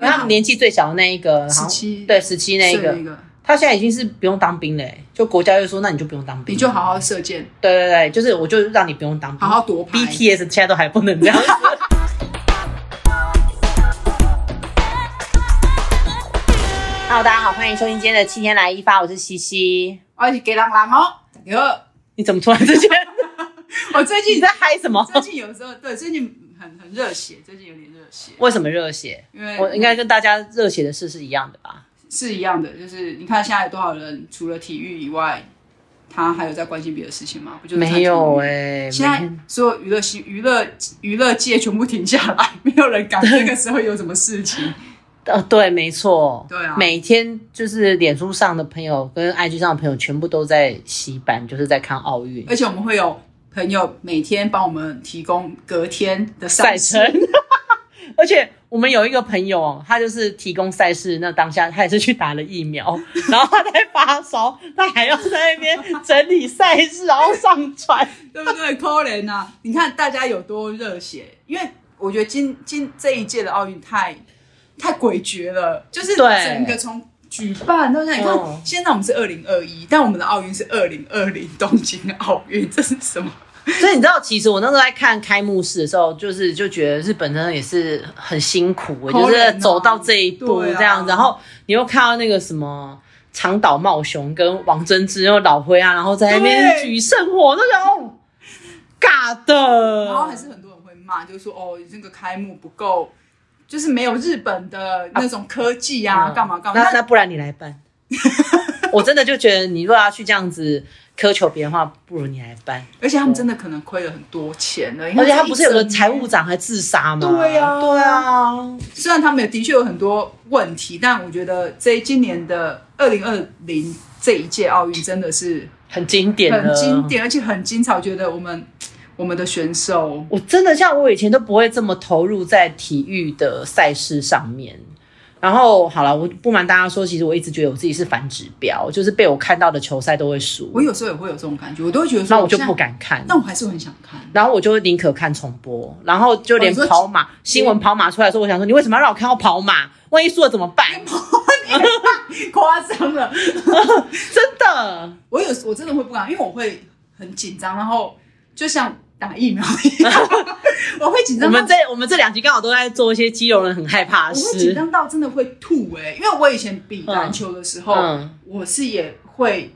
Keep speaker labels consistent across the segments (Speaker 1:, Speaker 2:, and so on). Speaker 1: 他们年纪最小的那一个，呃好像
Speaker 2: 17
Speaker 1: 对啊十七那一个
Speaker 2: 射，一个，
Speaker 1: 他现在已经是不用当兵了、欸，就国家就说那你就不用当兵，
Speaker 2: 你就好好射箭，
Speaker 1: 对对对，就是我就让你不用当兵
Speaker 2: 好好夺牌。
Speaker 1: BTS 现在都还不能这样子。Hello，大家好，欢迎收听今天的七天来一发，我是西西。
Speaker 2: 而且给狼狼哦，有
Speaker 1: 你怎么突然之间
Speaker 2: 我最
Speaker 1: 你
Speaker 2: 近
Speaker 1: 在哦嗨什么？
Speaker 2: 最近有时候对最近很很热血，最近有点热血，
Speaker 1: 为什么热血？
Speaker 2: 因为
Speaker 1: 我应该跟大家热血的事是一样的吧？
Speaker 2: 是一样的，就是你看现在有多少人除了体育以外，他还有在关心别的事情吗？不就是看体育
Speaker 1: 没有哎、
Speaker 2: 现在所有娱乐新娱乐娱乐界全部停下来，没有人敢这个时候有什么 事情。
Speaker 1: 呃，对，没错，
Speaker 2: 对啊
Speaker 1: 每天就是脸书上的朋友跟 IG 上的朋友，全部都在洗版，就是在看奥运
Speaker 2: 而且我们会有朋友每天帮我们提供隔天的
Speaker 1: 赛
Speaker 2: 赛
Speaker 1: 程
Speaker 2: 事，。
Speaker 1: 而且我们有一个朋友哦，他就是提供赛事，那当下他也是去打了疫 苗，然后他在发烧，他还要在那边整理赛事，然后上传。
Speaker 2: 对不对？可怜呐！你看大家有多热血，因为我觉得今今这一届的奥运太太诡谲了，就是
Speaker 1: 对
Speaker 2: 整个从。举办到现在，你看、
Speaker 1: 嗯
Speaker 2: 现在我们是二零二一，但我们的奥运是二零二零东京奥运， 这是什么？
Speaker 1: 所以你知道，其实我那时候在看开幕式的时候，就是就觉得日本真的也是很辛苦，我
Speaker 2: 可怜啊
Speaker 1: 就是走到这一步
Speaker 2: 对啊
Speaker 1: 这样子。然后你又看到那个什么长岛茂雄跟王贞治又老灰啊，然后在那边
Speaker 2: 对
Speaker 1: 举圣火，那个哦，尬的。
Speaker 2: 然后还是很多人会骂，就是说哦，那个开幕不够，就是没有日本的那种科技啊，干、嘛干嘛。
Speaker 1: 嗯那
Speaker 2: 但
Speaker 1: 那不然你来 办。我真的就觉得，你如果要去这样子苛求别人的话，不如你来办。
Speaker 2: 而且他们真的可能亏了很多钱了，因为
Speaker 1: 而且他不是有
Speaker 2: 这一
Speaker 1: 个
Speaker 2: 整
Speaker 1: 财务长还自杀吗？
Speaker 2: 对啊
Speaker 1: 对啊，
Speaker 2: 虽然他们也的确有很多问题，但我觉得这今年的二零二零这一届奥运真的是
Speaker 1: 很经典的，
Speaker 2: 很经。典，而且很精彩。我觉得我们我们的选手，
Speaker 1: 我真的像我以前都不会这么投入在体育的赛事上面。然后好了，我不瞒大家说，其实我一直觉得我自己是反指标，就是被我看到的球赛都会输
Speaker 2: 我，有时候也会有这种感觉，我都会觉得说，
Speaker 1: 那我就不
Speaker 2: 现在，
Speaker 1: 敢看。
Speaker 2: 但我还是很想看。
Speaker 1: 然后我就会宁可看重播，然后就连
Speaker 2: 哦你说
Speaker 1: 跑马、新闻跑马出来的时候，我想说你为什么要让我看到跑马？万一输了怎么办？
Speaker 2: 夸张了，
Speaker 1: 真的，
Speaker 2: 我有我真的会不敢，因为我会很紧张，然后就像打疫苗一样， 我会紧
Speaker 1: 我
Speaker 2: 张到
Speaker 1: 们这我们这两集刚好都在做一些基隆人很害怕的
Speaker 2: 我会紧
Speaker 1: 事。
Speaker 2: 张到真的会吐哎、因为我以前比篮球的时候，
Speaker 1: 嗯嗯
Speaker 2: 我是也会，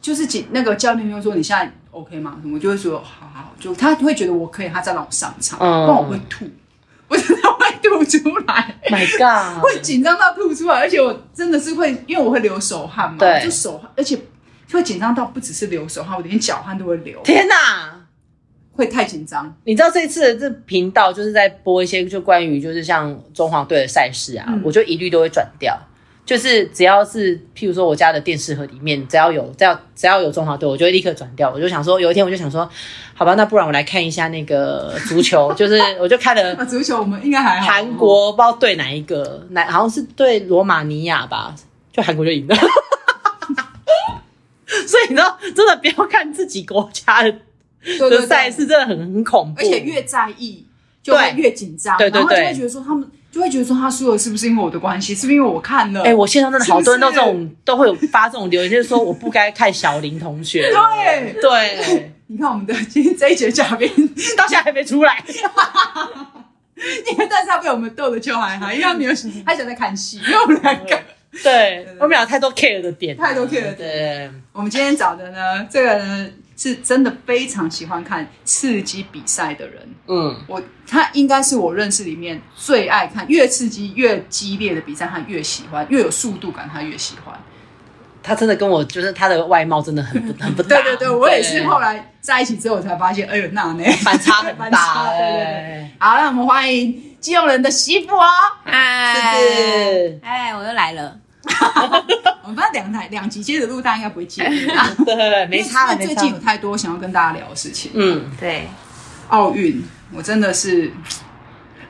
Speaker 2: 就是紧那个教练就说你现在 OK 吗？我就会说好好，好就他会觉得我可以，他再让我上场，
Speaker 1: 嗯
Speaker 2: 不然我会吐，我真的会吐出来，
Speaker 1: My God，
Speaker 2: 会紧张到吐出来，而且我真的是会，因为我会流手汗嘛，
Speaker 1: 对
Speaker 2: 就手汗，而且会紧张到不只是流手汗，我连脚汗都会流，
Speaker 1: 天哪！
Speaker 2: 会太紧张。
Speaker 1: 你知道这次的这频道就是在播一些就关于就是像中华队的赛事啊，
Speaker 2: 嗯
Speaker 1: 我就一律都会转掉。就是只要是譬如说我家的电视盒里面只要有只要只要有中华队，我就会立刻转掉。我就想说有一天我就想说，好吧，那不然我来看一下那个足球， 就是我就看了
Speaker 2: 那足球我们应该还好，
Speaker 1: 韩国不知道对哪一个，哪好像是对罗马尼亚吧，就韩国就赢了。 所以你知道，真的不要看自己国家的
Speaker 2: 对对
Speaker 1: 的
Speaker 2: 对
Speaker 1: 赛事，真的很很恐怖，
Speaker 2: 而且越在意就会
Speaker 1: 对
Speaker 2: 越紧张，
Speaker 1: 对对
Speaker 2: 然后就
Speaker 1: 对
Speaker 2: 会觉得说他们就会觉得说他输了是不是因为我的关系，是不是因为我看了？
Speaker 1: 哎、我线上真的好多人都这
Speaker 2: 是
Speaker 1: 种都会有发这种留言，就是说我不该看小林同学。
Speaker 2: 对，
Speaker 1: 对，
Speaker 2: 你看我们的今天这一节嘉宾，
Speaker 1: 到现在还没出 来。
Speaker 2: 因为但是他被我们逗的就还好，因为他 没有他想在看戏，因为我们两个，
Speaker 1: 对
Speaker 2: 对，
Speaker 1: 我们俩太多 care 的点了，
Speaker 2: 太多 care 的点
Speaker 1: 对，
Speaker 2: 我们今天找的呢，这个呢是真的非常喜欢看刺激比赛的人，
Speaker 1: 嗯，
Speaker 2: 我他应该是我认识里面最爱看，越刺激越激烈的比赛，他越喜欢，越有速度感，他越喜欢。
Speaker 1: 他真的跟我就是他的外貌真的很不很不搭。
Speaker 2: 对对对，我也是后来在一起之后我才发现，哎呦那呢，
Speaker 1: 反差很
Speaker 2: 反
Speaker 1: 大。哎
Speaker 2: 差，对对对。好，那我们欢迎基隆人的媳妇哦。
Speaker 1: 是不是
Speaker 3: 嗨，哎，我又来了。
Speaker 2: 我们不知道两台两集接着录，大家应该不会介意啊。
Speaker 1: 对对对对， 没差了，
Speaker 2: 因
Speaker 1: 没
Speaker 2: 为最
Speaker 1: 差
Speaker 2: 近有
Speaker 1: 了。
Speaker 2: 太多想要跟大家聊的事情。
Speaker 1: 嗯，
Speaker 3: 对，
Speaker 2: 奥运，我真的是嗯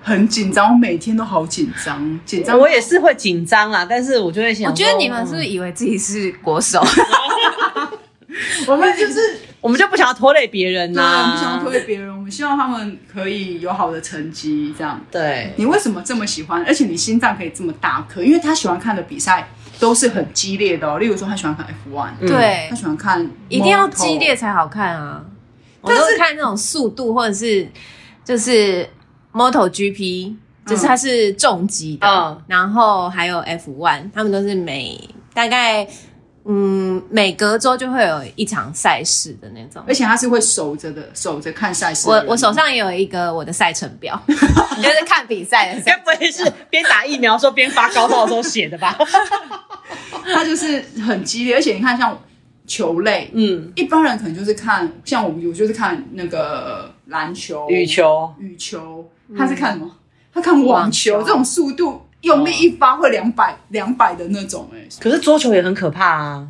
Speaker 2: 很紧张，我每天都好紧张，紧张。
Speaker 1: 我也是会紧张啊，但是我就会想说，
Speaker 3: 我觉得你们是不是以为自己是国手？
Speaker 2: 我们就是
Speaker 1: 我们就不想要拖累别人
Speaker 2: 对啊，我们想
Speaker 1: 呐、
Speaker 2: 要推给别人，我们希望他们可以有好的成绩。这样，
Speaker 1: 对，
Speaker 2: 你为什么这么喜欢？而且你心脏可以这么大颗，因为他喜欢看的比赛都是很激烈的、哦，例如说他喜欢看 F1，、
Speaker 1: 嗯
Speaker 3: 对
Speaker 2: 他，喜欢看，
Speaker 3: 一定要激烈。才好看啊！我都是看那种速度，或者是就是 Moto GP，就是它是重击的，
Speaker 1: 嗯
Speaker 3: 然后还有 F One，他们都是每大概嗯每隔周就会有一场赛事的那种。
Speaker 2: 而且他是会守着的，守着看赛事的
Speaker 3: 我
Speaker 2: 人。
Speaker 3: 我手上也有一个我的赛程 表，就是看比赛的赛
Speaker 1: 该不会是边打疫苗的时候边发高烧的时候写的吧？
Speaker 2: 他就是很激烈，而且你看像球类，
Speaker 1: 嗯，
Speaker 2: 一般人可能就是看，像我我就是看那个篮球、
Speaker 1: 羽、球，
Speaker 2: 羽球，他是看什么？他看网球，
Speaker 3: 嗯网球嗯
Speaker 2: 这种速度用力一发会两百两百的那种、欸，
Speaker 1: 可是桌球也很可怕啊。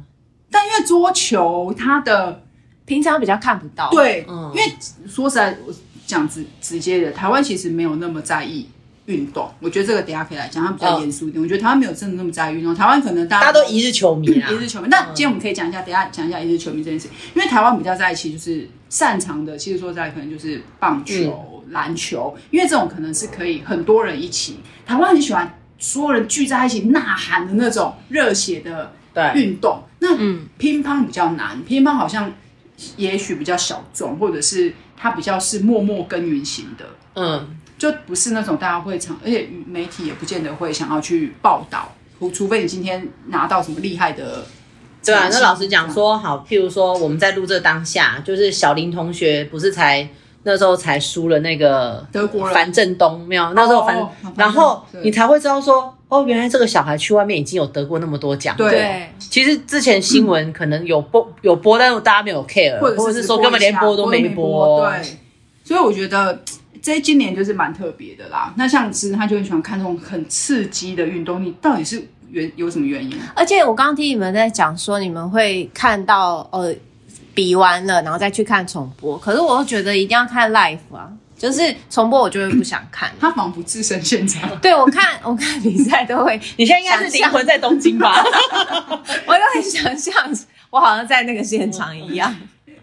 Speaker 2: 但因为桌球它的
Speaker 3: 平常比较看不到。，
Speaker 2: 对，
Speaker 1: 嗯
Speaker 2: 因为说实在，我讲直直接的，台湾其实没有那么在意。运动，我觉得这个等一下可以来讲，它比较
Speaker 1: 嗯
Speaker 2: 严肃一点。我觉得台湾没有真的那么在意运动，台湾可能大
Speaker 1: 大家
Speaker 2: 家
Speaker 1: 都一日球迷啊
Speaker 2: 一。日球迷。那今天我们可以讲一下，等一下讲一下一日球迷这件事，因为台湾比较在一起，就是擅长的，其实说实在可能就是棒
Speaker 1: 嗯
Speaker 2: 球、篮球，因为这种可能是可以很多人一起。台湾很喜欢所有人聚在一起呐喊的那种热血的
Speaker 1: 对，
Speaker 2: 运动。那
Speaker 3: 嗯
Speaker 2: 乒乓比较难，乒乓好像也许比较小众，或者是它比较是默默耕耘型的。
Speaker 1: 嗯，
Speaker 2: 就不是那种大家会常，而且媒体也不见得会想要去报道，除除非你今天拿到什么厉害的成绩。
Speaker 1: 对啊。那老实讲说，好，譬如说我们在录这当下，就是小林同学不是才那时候才输了那个
Speaker 2: 德国人
Speaker 1: 樊振东，没有？那时候樊，
Speaker 2: 哦樊振东
Speaker 1: 然后
Speaker 2: 对
Speaker 1: 你才会知道说，哦，原来这个小孩去外面已经有得过那么多奖。
Speaker 2: 对
Speaker 3: 对，
Speaker 1: 其实之前新闻可能有播有播，但是大家没有 care，
Speaker 2: 或者
Speaker 1: 者
Speaker 2: 只
Speaker 1: 是说根本连
Speaker 2: 播一下
Speaker 1: 都
Speaker 2: 没
Speaker 1: 没
Speaker 2: 播。对，所以我觉得这今年就是蛮特别的啦。那像其实他就很喜欢看这种很刺激的运动，你到底是原有什么原因？。
Speaker 3: 而且我刚刚听你们在讲说，你们会看到呃比完了，然后再去看重播。可是我又觉得一定要看 live 啊，就是重播我就会不想看
Speaker 2: 他仿佛置身现场，
Speaker 3: 对我 看我看比赛都 会，
Speaker 1: 你现在应该是灵魂在东京吧？
Speaker 3: 我都会想象我好像在那个现场一样，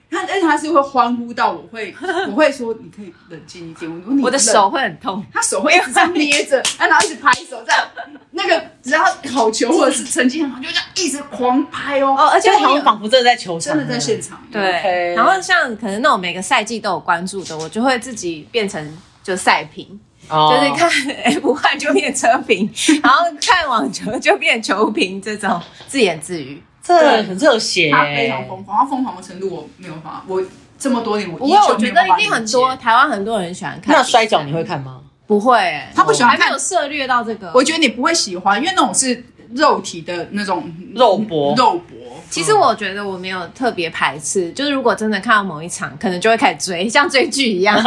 Speaker 2: 他而且他是会欢呼到我 会，我会说你可以冷静一点。我说你
Speaker 3: 我的
Speaker 2: 冷
Speaker 3: 手会很痛。
Speaker 2: 他手会一直这样捏着，然后一直拍手，这样那个只要好球或者是成绩很好，就这样一直狂拍哦，
Speaker 3: 哦而 且
Speaker 1: 就
Speaker 3: 还
Speaker 1: 好
Speaker 3: 有
Speaker 1: 像仿佛真的在球场
Speaker 2: 真
Speaker 1: 一
Speaker 2: 的
Speaker 1: 样，
Speaker 2: 在现场。
Speaker 3: 对
Speaker 1: OK
Speaker 3: 然后像可能那种每个赛季都有关注的，我就会自己变成就赛评，
Speaker 1: 哦，
Speaker 3: 就是看 F 1就变车 评，然后看网球就变球评，这种自言自语。
Speaker 1: 这很热血耶，欸
Speaker 2: 他非常疯狂，他疯狂的程度我没有办法，我这么多年我
Speaker 3: 不
Speaker 2: 依
Speaker 3: 过我
Speaker 2: 旧没
Speaker 3: 觉
Speaker 2: 有办
Speaker 3: 得一
Speaker 2: 法
Speaker 3: 定很多
Speaker 2: 理解。
Speaker 3: 台湾很多人喜欢看。
Speaker 1: 那摔跤你会看吗？
Speaker 3: 不会、欸？
Speaker 2: 他不喜欢
Speaker 3: 还没
Speaker 2: 看
Speaker 3: 有，涉猎到这个。
Speaker 2: 我觉得你不会喜欢，因为那种是肉体的那种
Speaker 1: 肉搏
Speaker 2: 肉搏。
Speaker 3: 其实我觉得我没有特别排斥，就是如果真的看到某一场，可能就会开始追，像追剧一 样。啊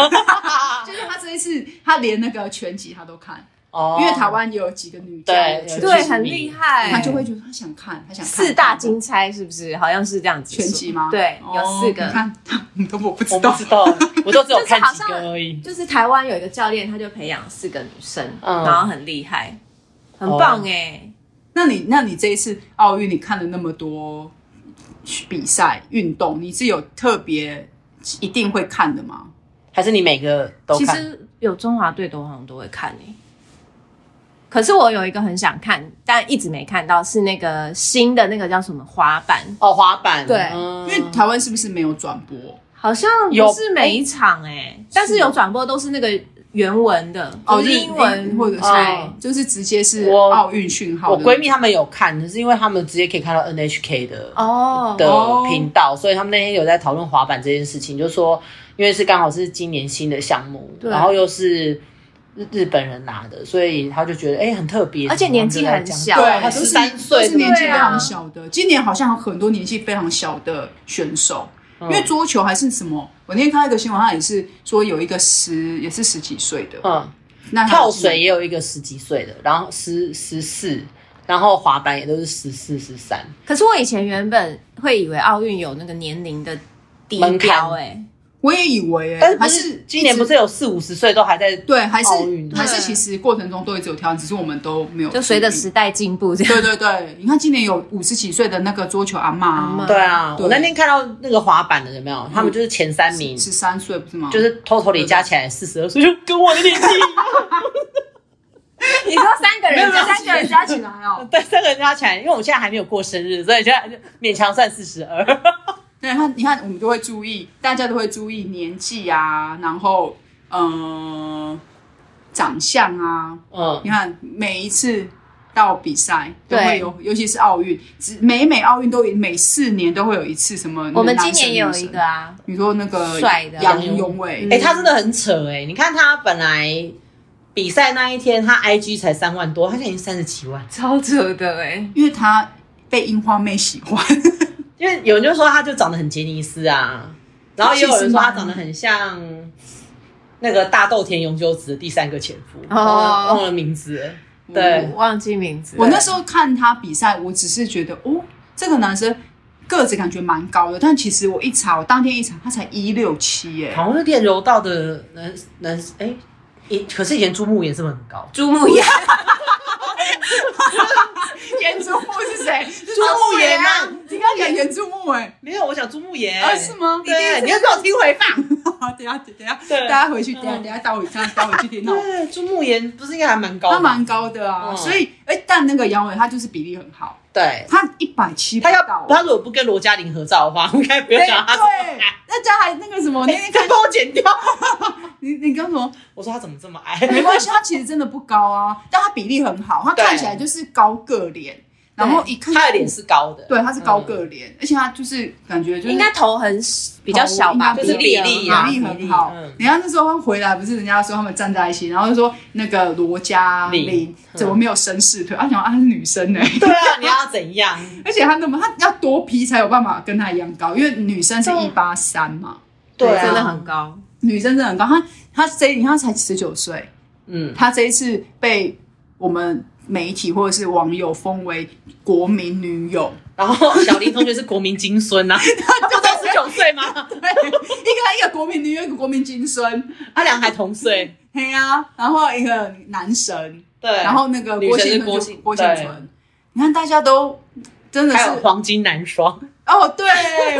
Speaker 2: 就是他这一次，他连那个拳击他都看，
Speaker 1: 哦
Speaker 2: 因为台湾也有几个女将
Speaker 1: 对
Speaker 2: 拳击
Speaker 3: 对，很厉害。
Speaker 2: 他就会觉得他想看，他想看
Speaker 3: 哎四大金钗是不是？好像是这样子说。
Speaker 2: 拳击吗？
Speaker 3: 对，有四
Speaker 2: 哦
Speaker 3: 个
Speaker 2: 你。看，你都我不知
Speaker 1: 我不
Speaker 2: 道
Speaker 1: 知。道，我都只有看
Speaker 3: 就是好
Speaker 1: 几个而已。
Speaker 3: 就是台湾有一个教练，他就培养四个女生，
Speaker 1: 嗯
Speaker 3: 然后很厉害，很棒
Speaker 1: 哦
Speaker 3: 哎、
Speaker 2: 那你那你这一次奥运，你看了那么多比赛运动，你是有特别一定会看的吗？
Speaker 1: 还是你每个都
Speaker 3: 其
Speaker 1: 看？
Speaker 3: 实有中华队的，我好像都会看诶、可是我有一个很想看，但一直没看到，是那个新的那个叫什么滑板，
Speaker 1: 哦，滑板
Speaker 3: 对
Speaker 2: 因
Speaker 1: 嗯
Speaker 2: 为台湾是不是没有转播？
Speaker 3: 好像
Speaker 1: 有
Speaker 3: 不是每一场诶、但是有转播都是那个原文的，
Speaker 2: 哦，
Speaker 3: 就是
Speaker 2: 日
Speaker 3: 英文
Speaker 2: 或者是、
Speaker 1: 哦
Speaker 2: 就是直接是
Speaker 1: 我
Speaker 2: 奥运讯号
Speaker 1: 我
Speaker 2: 的。
Speaker 1: 闺蜜她们有看，可是因为她们直接可以看到 NHK 的
Speaker 3: 哦
Speaker 1: 的
Speaker 2: 哦
Speaker 1: 频道，所以他们那天有在讨论滑板这件事情，就说因为是刚好是今年新的项目，
Speaker 3: 对
Speaker 1: 然后又是日日本人拿的，所以他就觉得哎、很特别，
Speaker 3: 而且年纪很小欸
Speaker 1: 怎么会这样对，
Speaker 2: 对，
Speaker 1: 他
Speaker 2: 都
Speaker 1: 十
Speaker 2: 是
Speaker 1: 三
Speaker 2: 都
Speaker 1: 岁
Speaker 2: 是年纪
Speaker 3: 对
Speaker 2: 非
Speaker 3: 啊
Speaker 2: 常小的。今年好像有很多年纪非常小的选手，
Speaker 1: 嗯
Speaker 2: 因为桌球还是什么？我那天看到一个新闻，他也是说有一个十也是十几岁的，
Speaker 1: 嗯，
Speaker 2: 那他
Speaker 1: 跳水也有一个十几岁的，然后十十四，然后滑板也都是十四十三，
Speaker 3: 可是我以前原本会以为奥运有那个年龄的地
Speaker 1: 门槛
Speaker 3: 标诶、
Speaker 2: 我也以为、欸，
Speaker 1: 但是不
Speaker 2: 还
Speaker 1: 是
Speaker 2: 是
Speaker 1: 今年不
Speaker 2: 是
Speaker 1: 是有四五十岁都还在
Speaker 2: 对，还是
Speaker 1: 奥运
Speaker 2: 还是
Speaker 3: 对
Speaker 2: 其实过程中都一直有调整，只是我们都没有
Speaker 3: 就随着
Speaker 2: 注意
Speaker 3: 时代进步这样。
Speaker 2: 对对对，你看今年有五十几岁的那个桌球阿
Speaker 3: 阿
Speaker 2: 妈
Speaker 3: 嬷，
Speaker 1: 对啊，
Speaker 2: 对
Speaker 1: 我那天看到那个滑板的有没有？他们就是前三名，
Speaker 2: 十三岁不是吗？
Speaker 1: 就是 totally 加起来四十二岁，就跟我的 年纪一样。
Speaker 3: 你说三个人
Speaker 1: 没有
Speaker 3: 加
Speaker 1: 没有
Speaker 3: 三个人加
Speaker 2: 加起来哦。
Speaker 1: 对，三个人加起来，因为我现在还没有过生日，所以现在就勉强算四十二。
Speaker 2: 对，你看，你看，我们都会注意，大家都会注意年纪啊，然后呃，长相啊。
Speaker 1: 嗯，
Speaker 2: 你看，每一次到比赛都
Speaker 3: 对
Speaker 2: 会有，尤其是奥运，只每每奥运都有每四年都会有一次什么。
Speaker 3: 我们今年也有一个，啊，
Speaker 2: 你说那个
Speaker 3: 帅的嗯
Speaker 2: 杨永伟，
Speaker 1: 哎、他真的很扯哎、你看他本来比赛那一天，他 IG 才三万多，他现在已经三十几万。
Speaker 3: 超扯的哎、
Speaker 2: 因为他被樱花妹喜欢，
Speaker 1: 因为有人就说他就长得很杰尼斯啊，然后也有人说他长得很像那个大豆田永久子的第三个前夫，
Speaker 3: 哦
Speaker 1: 忘了忘了名字了。对
Speaker 2: 嗯
Speaker 3: 我忘记名字了。
Speaker 2: 我那时候看他比赛，我只是觉得哦，这个男生个子感觉蛮高的，但其实我一查，我当天一查，他才一六七耶。
Speaker 1: 好像是练柔道的男男，哎、以可是以前朱木也是不是很高？
Speaker 3: 朱木炎，
Speaker 2: 颜珠木是 谁？
Speaker 1: 朱木炎啊哎
Speaker 2: 你刚刚讲颜珠木哎，
Speaker 1: 没有，我想朱木炎、
Speaker 2: 啊是吗？
Speaker 1: 对，你要给我听回放。
Speaker 2: 好等一下等一下，
Speaker 1: 对嗯
Speaker 2: 大家回去等一下等一下待会这样待会去听 哦。
Speaker 1: 对，朱木炎不是应该还蛮高的？
Speaker 2: 他蛮高的啊，
Speaker 1: 嗯
Speaker 2: 所以哎，但那个杨伟他就是比例很好，
Speaker 1: 对，
Speaker 2: 他一百七
Speaker 1: 他要
Speaker 2: 到。
Speaker 1: 他如果不跟罗嘉玲合照的话，我应该不
Speaker 2: 对
Speaker 1: 要
Speaker 2: 对
Speaker 1: 讲他怎么哎矮。，
Speaker 2: 大家还那个什么，那天
Speaker 1: 再帮我剪掉。
Speaker 2: 你你刚什么？
Speaker 1: 我说他怎么这么矮？
Speaker 2: 没关系，他其实真的不高啊，但他比例很好，他
Speaker 1: 对
Speaker 2: 看起来就是高个脸，然后一看
Speaker 1: 他的脸，是嗯高的，
Speaker 2: 对，他是高个脸，而且他就是感觉就是
Speaker 3: 应该头很比较小吧，
Speaker 2: 头
Speaker 1: 应该就是
Speaker 3: 比
Speaker 1: 比例
Speaker 3: 例
Speaker 1: 啊
Speaker 3: 啊，
Speaker 2: 比例很好
Speaker 1: 比例嗯。
Speaker 2: 人家那时候他回来，不是人家说他们站在一起，然后就说那个罗嘉
Speaker 1: 玲
Speaker 2: 玲
Speaker 1: 嗯
Speaker 2: 怎么没有绅士腿？他想啊，她是女生呢、
Speaker 1: 对啊，你要怎样？
Speaker 2: 而且他那么他要多批才有办法跟他一样高，因为女生是
Speaker 1: 对
Speaker 2: 一八三嘛，
Speaker 1: 对啊
Speaker 3: 真的很高。
Speaker 2: 女生真的很高。他他这你看他才十九岁，
Speaker 1: 嗯，
Speaker 2: 她这一次被我们媒体或者是网友封为国民女友，
Speaker 1: 然后小林同学是国民金孙 呐、啊，不都十九岁吗？
Speaker 2: 对，一个一个国民女友，一个国民金孙，
Speaker 1: 他俩还同岁，
Speaker 2: 嘿啊，然后一个男神，
Speaker 1: 对，
Speaker 2: 然后那个
Speaker 1: 女
Speaker 2: 郭
Speaker 1: 神
Speaker 2: 幸
Speaker 1: 是
Speaker 2: 存
Speaker 1: 郭
Speaker 2: 就
Speaker 1: 幸
Speaker 2: 郭幸
Speaker 1: 对
Speaker 2: 存，你看大家都真的
Speaker 1: 还
Speaker 2: 是
Speaker 1: 有黄金男双，
Speaker 2: 哦， 对，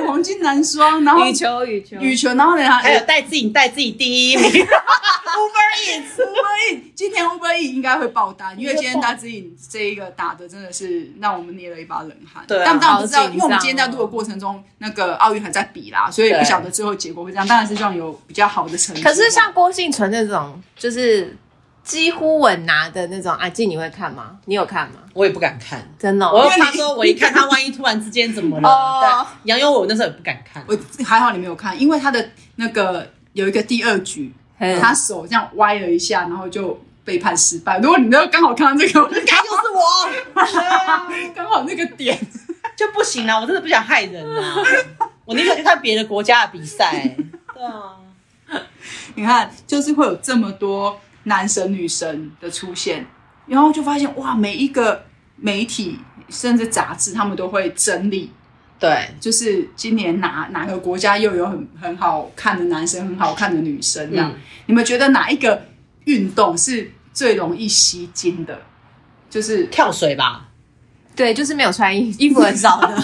Speaker 2: 黄金男双，然后
Speaker 3: 球，羽球
Speaker 2: 羽球，然后呢，哎还
Speaker 1: 还有戴自颖戴自己第一名，Uber Eats，
Speaker 2: Uber E，今天 Uber E 应该会爆单，因为今天大指引这一个打的真的是让我们捏了一把冷汗。
Speaker 1: 对啊
Speaker 2: 但但我不知道，
Speaker 3: 好紧张哦
Speaker 2: 因为我们今天在录的过程中，那个奥运还在比啦，所以
Speaker 1: 对
Speaker 2: 不晓得最后结果会这样。当然是希望有比较好的成绩。
Speaker 3: 可是像郭幸存那种，就是几乎稳拿的那种，阿静你会看吗？你有看吗？
Speaker 1: 我也不敢看。
Speaker 3: 真的哦、
Speaker 1: 我又怕说，我一看他，万一突然之间怎么了？
Speaker 3: 哦
Speaker 1: 但杨佑我那时候也不敢看，
Speaker 2: 我还好你没有看，因为他的那个有一个第二局，
Speaker 3: 嗯
Speaker 2: 他手这样歪了一下，然后就被判失败。如果 你那刚好看到这个，我就
Speaker 1: 他就是我，对啊
Speaker 2: 刚好那个点，
Speaker 1: 就不行了。我真的不想害人 啊，我宁可去看别的国家的比赛。对啊，
Speaker 2: 你看就是会有这么多男神女神的出现，然后就发现哇，每一个媒体甚至杂志他们都会整理。
Speaker 1: 对，
Speaker 2: 就是今年哪哪个国家又有很很好看的男生，很好看的女生这样。
Speaker 1: 嗯
Speaker 2: 你们觉得哪一个运动是最容易吸睛的？就是
Speaker 1: 跳水吧，
Speaker 3: 对，就是没有穿衣衣服 很少的，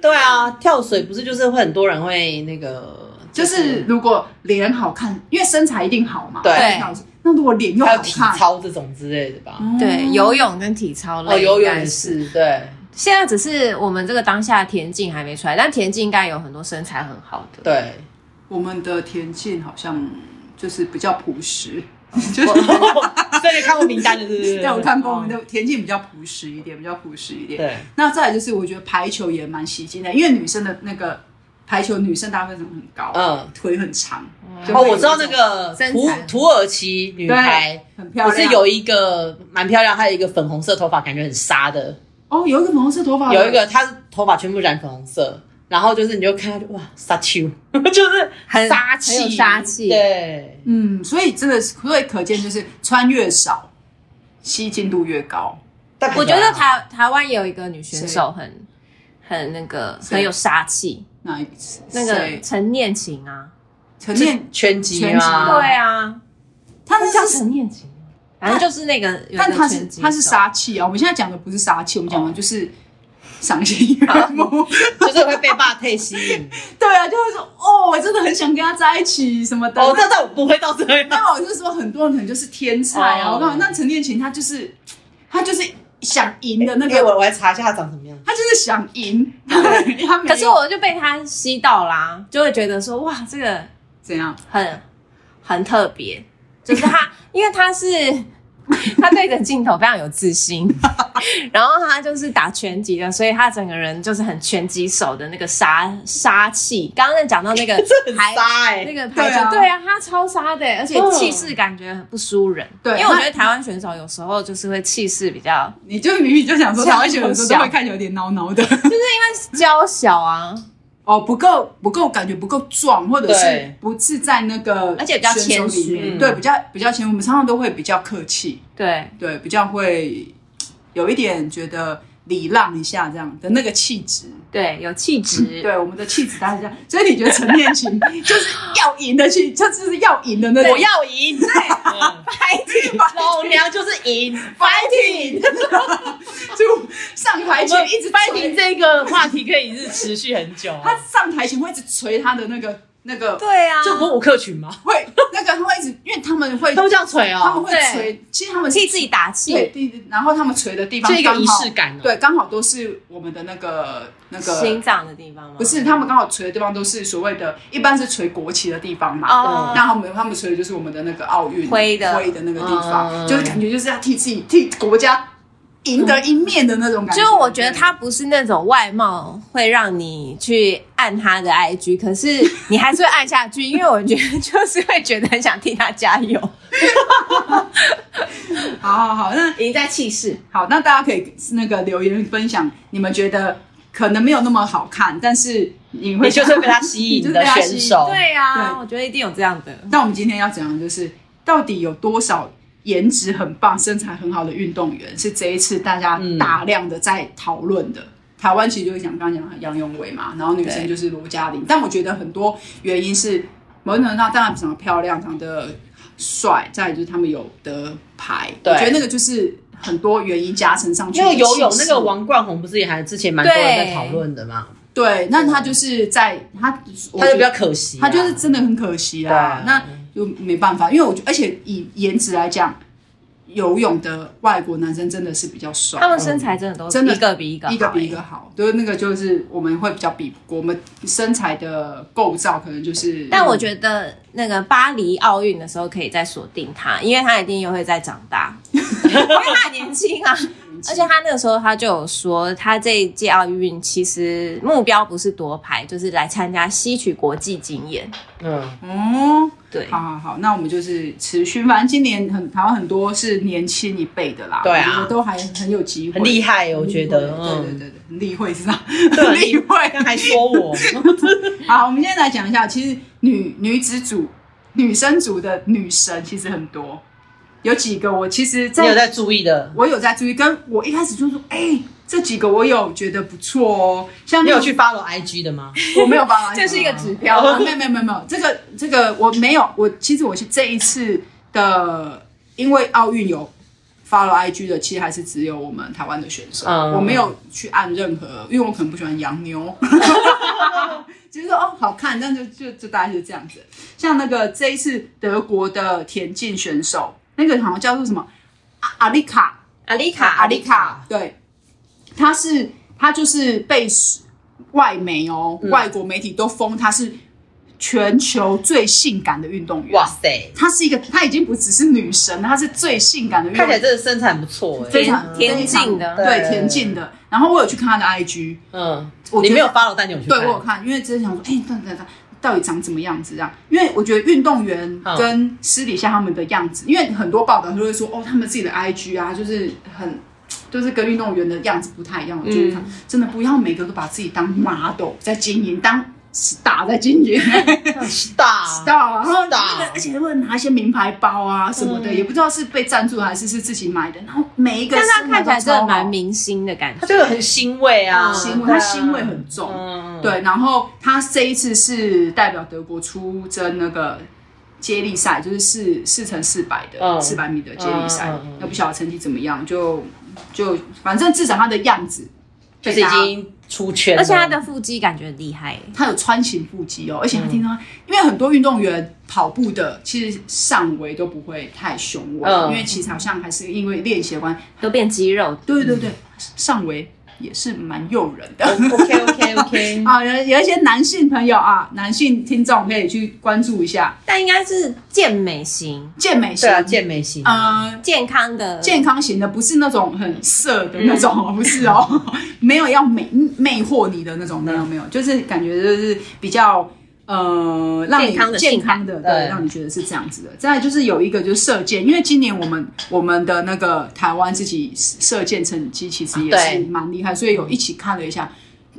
Speaker 1: 对啊，跳水不是就是会很多人会那个，
Speaker 2: 就是如果脸好看，因为身材一定好嘛，
Speaker 1: 对
Speaker 2: 身材好那如果脸又
Speaker 1: 还
Speaker 2: 好
Speaker 1: 有体
Speaker 2: 看，
Speaker 1: 操这种之类的吧。
Speaker 2: 嗯
Speaker 3: 对，游泳跟体操类
Speaker 1: 哦，游
Speaker 3: 应
Speaker 1: 泳
Speaker 3: 该
Speaker 1: 也。是，对
Speaker 3: 现在只是我们这个当下田径还没出来，但田径应该有很多身材很好的。
Speaker 1: 对，
Speaker 2: 我们的田径好像就是比较朴实， 就
Speaker 1: 我
Speaker 2: 是。
Speaker 1: 所以你看过名单的，是不是？
Speaker 2: 对，我看过我们
Speaker 1: 哦哦
Speaker 2: 的田径比较朴实一点，比较朴实一点。
Speaker 1: 对，
Speaker 2: 那再来就是，我觉得排球也蛮吸睛的，因为女生的那个排球，女生大部分很高，
Speaker 1: 嗯
Speaker 2: 腿很长。就
Speaker 1: 哦，
Speaker 2: 会有
Speaker 1: 我知道
Speaker 2: 一
Speaker 1: 那
Speaker 2: 种
Speaker 1: 个
Speaker 3: 身
Speaker 1: 土
Speaker 3: 材
Speaker 1: 土耳其女
Speaker 2: 对
Speaker 1: 排，
Speaker 2: 很漂
Speaker 1: 不
Speaker 2: 亮，
Speaker 1: 是有一个蛮漂亮，还有一个粉红色头发，感觉很沙的，
Speaker 2: 哦，有一个粉红色头发的，
Speaker 1: 有一个她头发全部染粉红色，然后就是你就看她就哇沙丘， 就是
Speaker 3: 很
Speaker 1: 杀
Speaker 3: 很有
Speaker 1: 气，
Speaker 3: 杀气
Speaker 1: 对，
Speaker 2: 嗯，所以真的是，所以可见就是穿越少，吸进度越高。
Speaker 1: 但
Speaker 3: 我觉
Speaker 2: 啊
Speaker 3: 得台台湾也有一个女选手很很那个
Speaker 2: 谁
Speaker 3: 很有杀气，
Speaker 2: 那
Speaker 3: 那个
Speaker 2: 谁
Speaker 3: 陈念琴啊，
Speaker 2: 陈念，
Speaker 1: 拳击
Speaker 2: 拳击
Speaker 1: 吗？
Speaker 3: 对啊，
Speaker 2: 他
Speaker 3: 那
Speaker 2: 是
Speaker 3: 叫陈念琴吗，反正就是那个，有一个
Speaker 2: 但他是
Speaker 3: 拳击手哦
Speaker 2: 他是，杀气啊！我们现在讲的不是杀气，我们讲的就是赏心悦 目。
Speaker 1: 就是会被霸退吸 引。
Speaker 2: 对啊，就会说哦，我真的很想跟他在一起什么的。
Speaker 1: 哦，这但我不会到这 样。
Speaker 2: 那我就说很多人可能就是天才啊，
Speaker 1: 哦
Speaker 2: 我告诉你，那陈念琴她就是她就是想赢的那
Speaker 1: 因为
Speaker 2: 个，
Speaker 1: 哎我我来查一下他长什么样。
Speaker 2: 她就是想赢。 她没有
Speaker 3: 可是我就被他吸到啦，就会觉得说哇，这个
Speaker 2: 怎样？
Speaker 3: 很很特别，就 是他，因为他是他对着镜头非常有自信， 然后他就是打拳击的，所以他整个人就是很拳击手的那个杀杀气。刚刚在讲到 那个
Speaker 1: 很
Speaker 3: 排
Speaker 1: 杀哎、
Speaker 3: 那
Speaker 1: 欸，
Speaker 3: 个排
Speaker 2: 对啊
Speaker 3: 球，对啊，他超杀的，而且
Speaker 1: 嗯
Speaker 3: 气势感觉很不输人。
Speaker 2: 对
Speaker 3: 因为我觉
Speaker 2: 那
Speaker 3: 得台湾选手有时候就是会气势比较，
Speaker 2: 你就明明就想说，台湾选手
Speaker 3: 这
Speaker 2: 都
Speaker 3: 样
Speaker 2: 会看起来有点孬孬的
Speaker 3: 就是因为娇小啊，
Speaker 2: 哦，不够不够，感觉不够壮，或者是
Speaker 1: 对
Speaker 2: 不是在那个
Speaker 3: 而且比较
Speaker 2: 选手
Speaker 3: 谦虚
Speaker 2: 里面
Speaker 1: 嗯
Speaker 2: 对，比较比较谦虚。我们常常都会比较客气，
Speaker 3: 对，
Speaker 2: 对，比较会有一点觉得礼让一下这样的那个气质。
Speaker 3: 对，有气质。
Speaker 2: 嗯对，我们的气质大概这样，所以你觉得陈念琴 就是要赢的气，这就是要赢的那种。
Speaker 1: 我要 赢，嗯老娘就是赢，fighting。
Speaker 2: 就上台前哎一直
Speaker 1: 班
Speaker 2: 捶
Speaker 1: 停，这个话题可以一直持续很久、哦
Speaker 2: 他上台前会一直捶他的那个那个，
Speaker 3: 对啊，
Speaker 1: 这不是五克群吗？
Speaker 2: 会那个他会一直，因为他们会
Speaker 1: 他们这样捶
Speaker 2: 他们
Speaker 1: 哦，
Speaker 2: 会
Speaker 3: 对
Speaker 2: 捶，其实他们
Speaker 3: 替自己打气。
Speaker 2: 对对，对然后他们捶的地方
Speaker 1: 这一个
Speaker 2: 刚好
Speaker 1: 仪式感哦
Speaker 2: 对，刚好都是我们的那个那
Speaker 3: 心
Speaker 2: 个。
Speaker 3: 脏的地方吗？
Speaker 2: 不是，他们刚好捶的地方都是所谓的，一般是捶国旗的地方嘛。
Speaker 3: 哦，
Speaker 2: 那他们他们吹的就是我们的那个奥运
Speaker 3: 挥的
Speaker 2: 挥的那个地方，
Speaker 1: 嗯
Speaker 2: 就是感觉就是要替自己替国家赢得一面的那种感觉。
Speaker 3: 就我觉得他不是那种外貌会让你去按他的 IG，可是你还是会按下去，因为我觉得就是会觉得很想替他加油，
Speaker 2: 好好好，那
Speaker 3: 赢在气势。
Speaker 2: 好，那大家可以那个留言分享，你们觉得可能没有那么好看，但是你会
Speaker 1: 你就是被他吸
Speaker 2: 你
Speaker 1: 引
Speaker 2: 就是被
Speaker 1: 的
Speaker 2: 他吸
Speaker 1: 选
Speaker 2: 引
Speaker 1: 手，
Speaker 3: 对啊，
Speaker 2: 对
Speaker 3: 我觉得一定有这样的。
Speaker 2: 那我们今天要讲的就是，到底有多少颜值很棒、身材很好的运动员是这一次大家
Speaker 1: 嗯
Speaker 2: 大量的在讨论的？台湾其实就是讲刚刚讲的杨永伟嘛，然后女生
Speaker 3: 对
Speaker 2: 就是罗嘉玲，但我觉得很多原因是某种程度上当然长得漂亮、长得帅，再来就是他们有得牌，
Speaker 1: 对
Speaker 2: 我觉得那个就是很多原因加成上去
Speaker 1: 因
Speaker 2: 的气
Speaker 1: 为
Speaker 2: 势。
Speaker 1: 游泳那个王冠宏不是也还之前蛮多人在讨论的嘛，
Speaker 2: 对，那他就是在他，我
Speaker 1: 他就
Speaker 2: 觉
Speaker 1: 比
Speaker 2: 得
Speaker 1: 较可惜啊，
Speaker 2: 他就是真的很可惜啦
Speaker 1: 对。
Speaker 2: 那就没办法，因为我觉得，而且以颜值来讲，游泳的外国男生真的是比较帅
Speaker 3: 他，们身材真的都
Speaker 2: 嗯真的
Speaker 3: 一个比一个好
Speaker 2: 一个比一个好。对，那个就是我们会比较比不过，我们身材的构造可能就是。
Speaker 3: 但我觉得那个巴黎奥运的时候可以再锁定他，因为他一定又会再长 大，因为他很年轻啊。而且他那个时候他就有说，他这一届奥运其实目标不是夺牌，就是来参加吸取国际经验。
Speaker 1: 嗯，
Speaker 2: 哦，
Speaker 3: 对，
Speaker 2: 好好好，那我们就是持续，反正今年很台湾很多是年轻一辈的啦，
Speaker 1: 对啊
Speaker 2: 我觉得都还很有机会，
Speaker 1: 很厉害，我觉得，
Speaker 2: 对对
Speaker 1: 嗯，
Speaker 2: 对对，很厉害是吧？
Speaker 1: 对啊
Speaker 2: 很厉害，啊
Speaker 1: 刚还说 我，
Speaker 2: 好，我们现在来讲一下，其实女女子组、女生组的女神其实很多，有几个我其实
Speaker 1: 你有
Speaker 2: 在
Speaker 1: 在注意的，
Speaker 2: 我有在注意，跟我一开始就说，哎、这几个我有觉得不错哦，像
Speaker 1: 你
Speaker 2: 那
Speaker 1: 有
Speaker 2: 种
Speaker 1: 去 follow IG 的吗？
Speaker 2: 我没有发，
Speaker 3: 这是一个指
Speaker 2: 标、啊，没有没有没有没有，这个这个我没有，我其实我是这一次的，因为奥运有。follow IG 的其实还是只有我们台湾的选手，
Speaker 1: 嗯
Speaker 2: 我没有去按任何，因为我可能不喜欢洋妞， 就是说哦好看，但就就就大概是这样子。像那个这一次德国的田径选手，那个好像叫做什么阿阿丽卡，
Speaker 3: 阿丽卡，
Speaker 2: 阿丽，卡，对，她是她就是被外媒哦，外国媒体都封她是全球最性感的运动员。
Speaker 1: 哇，塞，
Speaker 2: 她是一个，她已经不只是女神，她是最性感的运
Speaker 1: 看
Speaker 2: 动
Speaker 1: 起来
Speaker 2: 员，
Speaker 1: 真的身材很不错哎，
Speaker 2: 非常
Speaker 3: 田
Speaker 2: 非常
Speaker 3: 径的
Speaker 2: 对
Speaker 1: 对
Speaker 2: 田径的。然后我有去看她的 IG，
Speaker 1: 嗯，
Speaker 2: 我觉得
Speaker 1: 你没有 follow，但你有去
Speaker 2: 对
Speaker 1: 看，
Speaker 2: 我有看，因为之前想说，哎、到底到底到底长怎么样子这样？因为我觉得运动员
Speaker 3: 嗯
Speaker 2: 跟私底下他们的样子，因为很多报道都会说，哦，他们自己的 IG 啊，就是很。就是跟运动员的样子不太一样，我觉得
Speaker 3: 嗯
Speaker 2: 他真的不要每个都把自己当 model 在经营，当 star 在经 营
Speaker 1: ，star，
Speaker 2: ，star，然
Speaker 3: 啊
Speaker 2: 后那个
Speaker 1: star
Speaker 2: 而且会拿一些名牌包啊什么的，也不知道是被赞助还是是自己买的，然后每一个
Speaker 3: 嗯但是他
Speaker 2: 身材
Speaker 3: 看起来
Speaker 2: 都
Speaker 3: 真
Speaker 2: 超
Speaker 3: 的
Speaker 2: 好
Speaker 3: 蛮明星的感
Speaker 1: 他
Speaker 2: 嗯
Speaker 3: 觉。
Speaker 1: 就有很欣慰啊，
Speaker 2: 腥味，他腥味很重，
Speaker 1: 嗯，嗯
Speaker 2: 对，然后他这一次是代表德国出征那个接力赛，就是四四乘四百的
Speaker 1: 嗯
Speaker 2: 四百、米的接力赛
Speaker 1: 嗯嗯嗯，
Speaker 2: 那、不晓得成绩怎么样，就就反正至少他的样子
Speaker 1: 就是已
Speaker 2: 被大家
Speaker 1: 经出圈了，哦
Speaker 3: 而 且他的腹肌感觉很厉害，
Speaker 2: 他有穿型腹肌哦，而
Speaker 1: 嗯
Speaker 2: 且他听到，因为很多运动员跑步的其实上围都不会太雄伟，
Speaker 1: 嗯
Speaker 2: 因为其实好像还是因为练习的关系。
Speaker 3: 都变肌肉。
Speaker 2: 对对对，上围也是蛮诱人的。
Speaker 1: 哦 OK OK OK，
Speaker 2: 啊，有有一些男性朋友啊，男性听众可以去关注一下
Speaker 3: 但应该是健美型、
Speaker 2: 健美型，
Speaker 1: 对啊，健美型，
Speaker 2: 呃
Speaker 3: 健康的
Speaker 2: 健康型的，不是那种很色的那
Speaker 1: 嗯
Speaker 2: 种，哦，不是哦， 没有要美魅惑你的那种，没有
Speaker 1: 嗯
Speaker 2: 没有，就是感觉就是比较呃，让你
Speaker 3: 健康的
Speaker 2: 健康的，对，
Speaker 1: 对
Speaker 2: 让你觉得是这样子的。再来就是有一个就是射箭，因为今年我们我们的那个台湾自己射箭成绩其实也是
Speaker 1: 对
Speaker 2: 蛮厉害，所以有一起看了一下，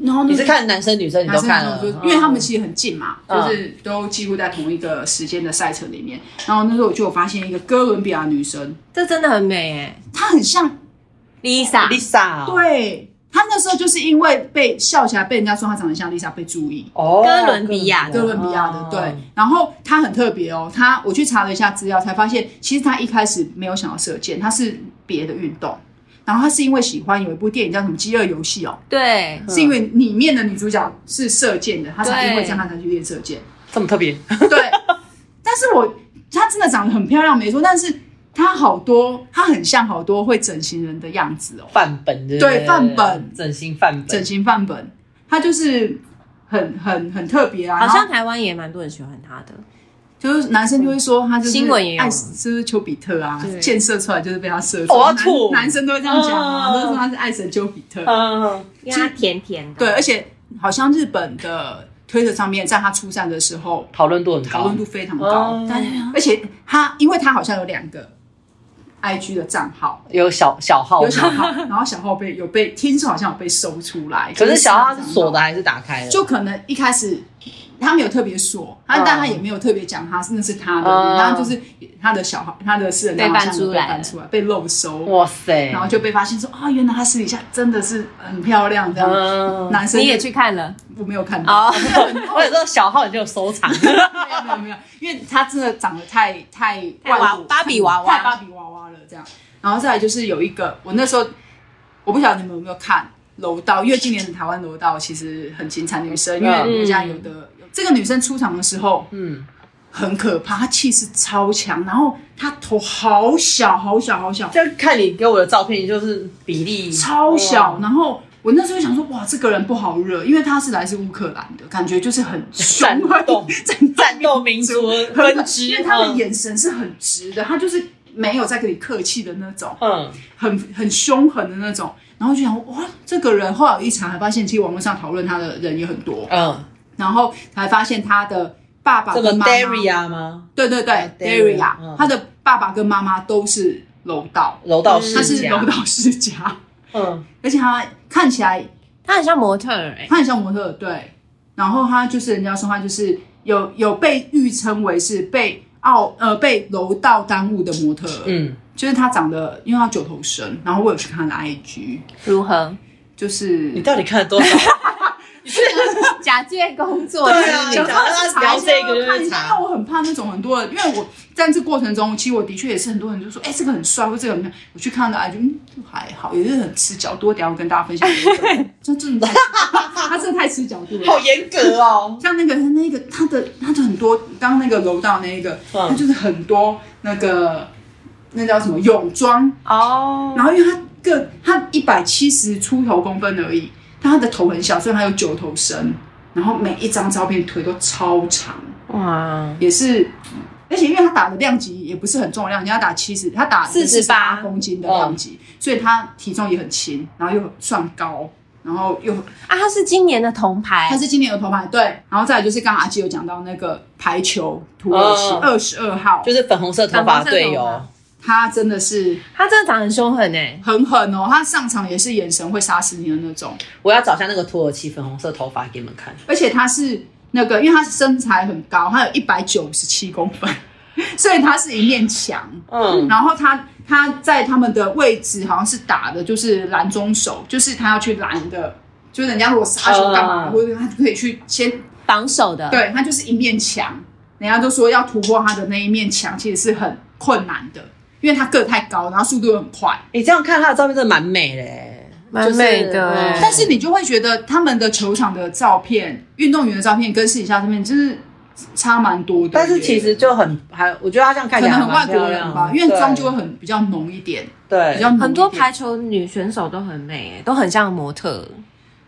Speaker 2: 然后那
Speaker 1: 你
Speaker 2: 个
Speaker 1: 是看男生女生你
Speaker 2: 男
Speaker 1: 都
Speaker 2: 生
Speaker 1: 看
Speaker 2: 那
Speaker 1: 了
Speaker 2: 种，就因为他们
Speaker 1: 嗯
Speaker 2: 其实很近嘛，
Speaker 1: 嗯
Speaker 2: 就是都几乎在同一个时间的赛程里面。然后那时候我就有发现一个哥伦比亚女生，
Speaker 3: 这真的很美哎
Speaker 2: 她很像，
Speaker 3: ，Lisa。
Speaker 1: Lisa 哦
Speaker 2: 对她那时候就是因为被笑起来，被人家说她长得像 Lisa 被注意。
Speaker 1: 哦，
Speaker 3: 哥伦比亚
Speaker 2: 哥伦比亚的
Speaker 1: 哦
Speaker 2: 对，然后她很特别哦，她我去查了一下资料，才发现其实她一开始没有想要射箭，她是别的运动，然后她是因为喜欢有一部电影叫什么《饥饿游戏》哦，
Speaker 3: 对，
Speaker 1: 嗯
Speaker 2: 是因为里面的女主角是射箭的，她才因为这样她才去练射箭。
Speaker 1: 这么特别，
Speaker 2: 对，但是我她真的长得很漂亮，没错，但是她好多，她很像好多会整形人的样子哦，
Speaker 1: 范本对不
Speaker 2: 对范本
Speaker 1: 整形范
Speaker 2: 整
Speaker 1: 本，
Speaker 2: 形范本，她就是很很很特别啊，
Speaker 3: 好
Speaker 2: 然
Speaker 3: 像
Speaker 2: 后
Speaker 3: 台湾也蛮多人喜欢她的。
Speaker 2: 就是男生就会说她就是
Speaker 3: 新闻也有
Speaker 2: 爱死就是丘比特啊
Speaker 3: 对，哦
Speaker 2: 建设出来就是被她射出来，
Speaker 1: 我要吐
Speaker 2: 男男生都会这样讲啊，
Speaker 1: 嗯
Speaker 2: 都说她是爱神丘比
Speaker 3: 啊
Speaker 2: 特，
Speaker 1: 嗯，
Speaker 3: 因为它甜甜的，
Speaker 2: 对，而且好像日本的推特上面，在她出战的时候。
Speaker 1: 讨论度很
Speaker 2: 讨
Speaker 1: 高
Speaker 2: 论，度非常高，
Speaker 1: 哦
Speaker 2: 但而且她因为她好像有两个 IG 的账号，
Speaker 1: 有小小号吗，
Speaker 2: 有小号，然后小号被有被听说好像有被搜出来，
Speaker 1: 可是小号
Speaker 2: 就是上
Speaker 1: 锁的，还是打开的？
Speaker 2: 就可能一开始他没有特别锁，他、
Speaker 1: 嗯
Speaker 2: 但他也没有特别讲他是那是他的，
Speaker 1: 嗯
Speaker 2: 然后就是他的小号，他的私人账号
Speaker 3: 被
Speaker 2: 好
Speaker 3: 搬
Speaker 2: 像有
Speaker 3: 出
Speaker 2: 被
Speaker 3: 来
Speaker 2: 翻
Speaker 3: 了
Speaker 2: 出来，被漏收。
Speaker 1: 哇塞，
Speaker 2: 然后就被发现说啊、原来他私底下真的是很漂亮这样。
Speaker 1: 嗯
Speaker 2: 男生
Speaker 3: 你也去看了
Speaker 2: 我没有看到，
Speaker 3: 哦，
Speaker 1: 我有时候小号你就有收藏，
Speaker 2: 没有没有没有，因为他真的长得太太
Speaker 3: 太
Speaker 2: 外
Speaker 3: 娃
Speaker 2: 国
Speaker 3: 芭比娃娃
Speaker 2: 太芭比娃娃了这样。然后再来就是有一个，我那时候我不晓得你们有没有看柔道，因为今年的台湾柔道其实很精彩，女生因为
Speaker 3: 嗯
Speaker 2: 人家有的、有这个女生出场的时候
Speaker 1: 嗯，
Speaker 2: 很可怕，她气势超强，然后她头好小好小好小，
Speaker 1: 就看你给我的照片，就是比例
Speaker 2: 超
Speaker 3: 哦
Speaker 2: 小，
Speaker 1: 哇
Speaker 2: 然后。我那时候想说，哇，这个人不好惹，因为她是来自乌克兰的，感觉就是很凶
Speaker 1: 战
Speaker 2: 狠
Speaker 1: 斗
Speaker 2: 战
Speaker 1: 战斗民族
Speaker 2: 很
Speaker 1: 分支，
Speaker 2: 因为他的
Speaker 1: 嗯
Speaker 2: 眼神是很直的，他就是没有在跟你客气的那种，
Speaker 1: 嗯，
Speaker 2: 很很凶狠的那种。然后就想哇，这个人后来我一查，还发现其实网络上讨论他的人也很多，
Speaker 1: 嗯，
Speaker 2: 然后才发现他的爸爸
Speaker 1: 这个
Speaker 2: 跟妈妈，
Speaker 1: Daria 吗？
Speaker 2: 对对对
Speaker 1: ，Daria，
Speaker 2: ，Daria，、
Speaker 1: 嗯
Speaker 2: 他的爸爸跟妈妈都是柔道，
Speaker 1: 柔道世
Speaker 2: 他是
Speaker 1: 家，
Speaker 2: 柔道世家，
Speaker 1: 嗯，
Speaker 2: 而且他看起来
Speaker 3: 她很像模特儿哎，
Speaker 2: 他很像模特，对。然后他就是人家说他就是有有被誉称为是被奥呃被柔道耽误的模特，
Speaker 1: 嗯，
Speaker 2: 就是他长得因为他九头身，然后我有去看他的 IG，
Speaker 3: 如 何？
Speaker 2: 就是
Speaker 1: 你到底看了多 少？
Speaker 3: 假借工作
Speaker 1: 对啊
Speaker 3: 之
Speaker 1: 想
Speaker 3: 名
Speaker 1: 说他聊这个就是
Speaker 2: 看一下，
Speaker 1: 查
Speaker 2: 因为我很怕那种很多人，因为我在这过程中，其实我的确也是很多人就说，哎、这个很帅，或这个很漂亮。我去看了 IG，嗯，就还好，也是很吃角度。等一下我跟大家分享这个，这真的太，他真的太吃角度了。
Speaker 1: 好严格哦，
Speaker 2: 像那个他那个他的他的很多，刚刚那个楼道那一个，
Speaker 1: 嗯
Speaker 2: 他就是很多那个那叫什么泳装，
Speaker 3: 哦，
Speaker 2: 然后因为他个他一百七十出头公分而已，但他的头很小，所以他有九头身，然后每一张照片腿都超长，
Speaker 3: 哇，啊
Speaker 2: 也是。而且因为他打的量级也不是很重的量级，人家打七十，他打
Speaker 3: 48
Speaker 2: 公斤的量
Speaker 1: 哦
Speaker 2: 级，所以他体重也很轻，然后又算高，然后又
Speaker 3: 啊，她是今年的铜牌
Speaker 2: 他，是今年有头牌，对。然后再来就是刚刚阿基有讲到那个排球土耳其
Speaker 1: 嗯
Speaker 2: 二十二号，
Speaker 1: 就是粉红色头发的哦队
Speaker 3: 粉红色头
Speaker 1: 友
Speaker 3: 发，
Speaker 2: 他真的是
Speaker 3: 她真的长得很凶狠哎，
Speaker 2: 很狠哦，他上场也是眼神会杀死你的那种，
Speaker 1: 我要找一下那个土耳其粉红色头发给你们看。
Speaker 2: 而且他是那个，因为他身材很高，他有一百九十七公分， 所以他是一面墙。
Speaker 1: 嗯，
Speaker 2: 然后他他在他们的位置好像是打的就是拦中手，就是他要去拦的就是人家如果杀球干嘛，
Speaker 1: 嗯
Speaker 2: 或者他可以去先
Speaker 3: 防守的，，
Speaker 2: 对，它就是一面墙。人家都说要突破它的那一面墙，其实是很困难的，因为它个太高，然后速度又很快。
Speaker 1: 你、这样看他的照片真的蛮美嘞，
Speaker 3: 蛮美
Speaker 1: 就
Speaker 3: 的
Speaker 1: 是
Speaker 3: 欸
Speaker 1: 嗯
Speaker 2: 但是你就会觉得他们的球场的照片、运动员的照片跟私底下照片就是差蛮多的。
Speaker 1: 但是其实就很还，我觉得他这样看
Speaker 2: 可
Speaker 1: 起
Speaker 2: 能
Speaker 1: 来
Speaker 2: 很外
Speaker 1: 还蛮
Speaker 2: 国
Speaker 1: 漂
Speaker 2: 人
Speaker 1: 亮
Speaker 2: 吧，因为妆就会很比较浓一点，
Speaker 1: 对
Speaker 2: 比。较浓一点
Speaker 3: 很多排球女选手都很美、哎都很像模特。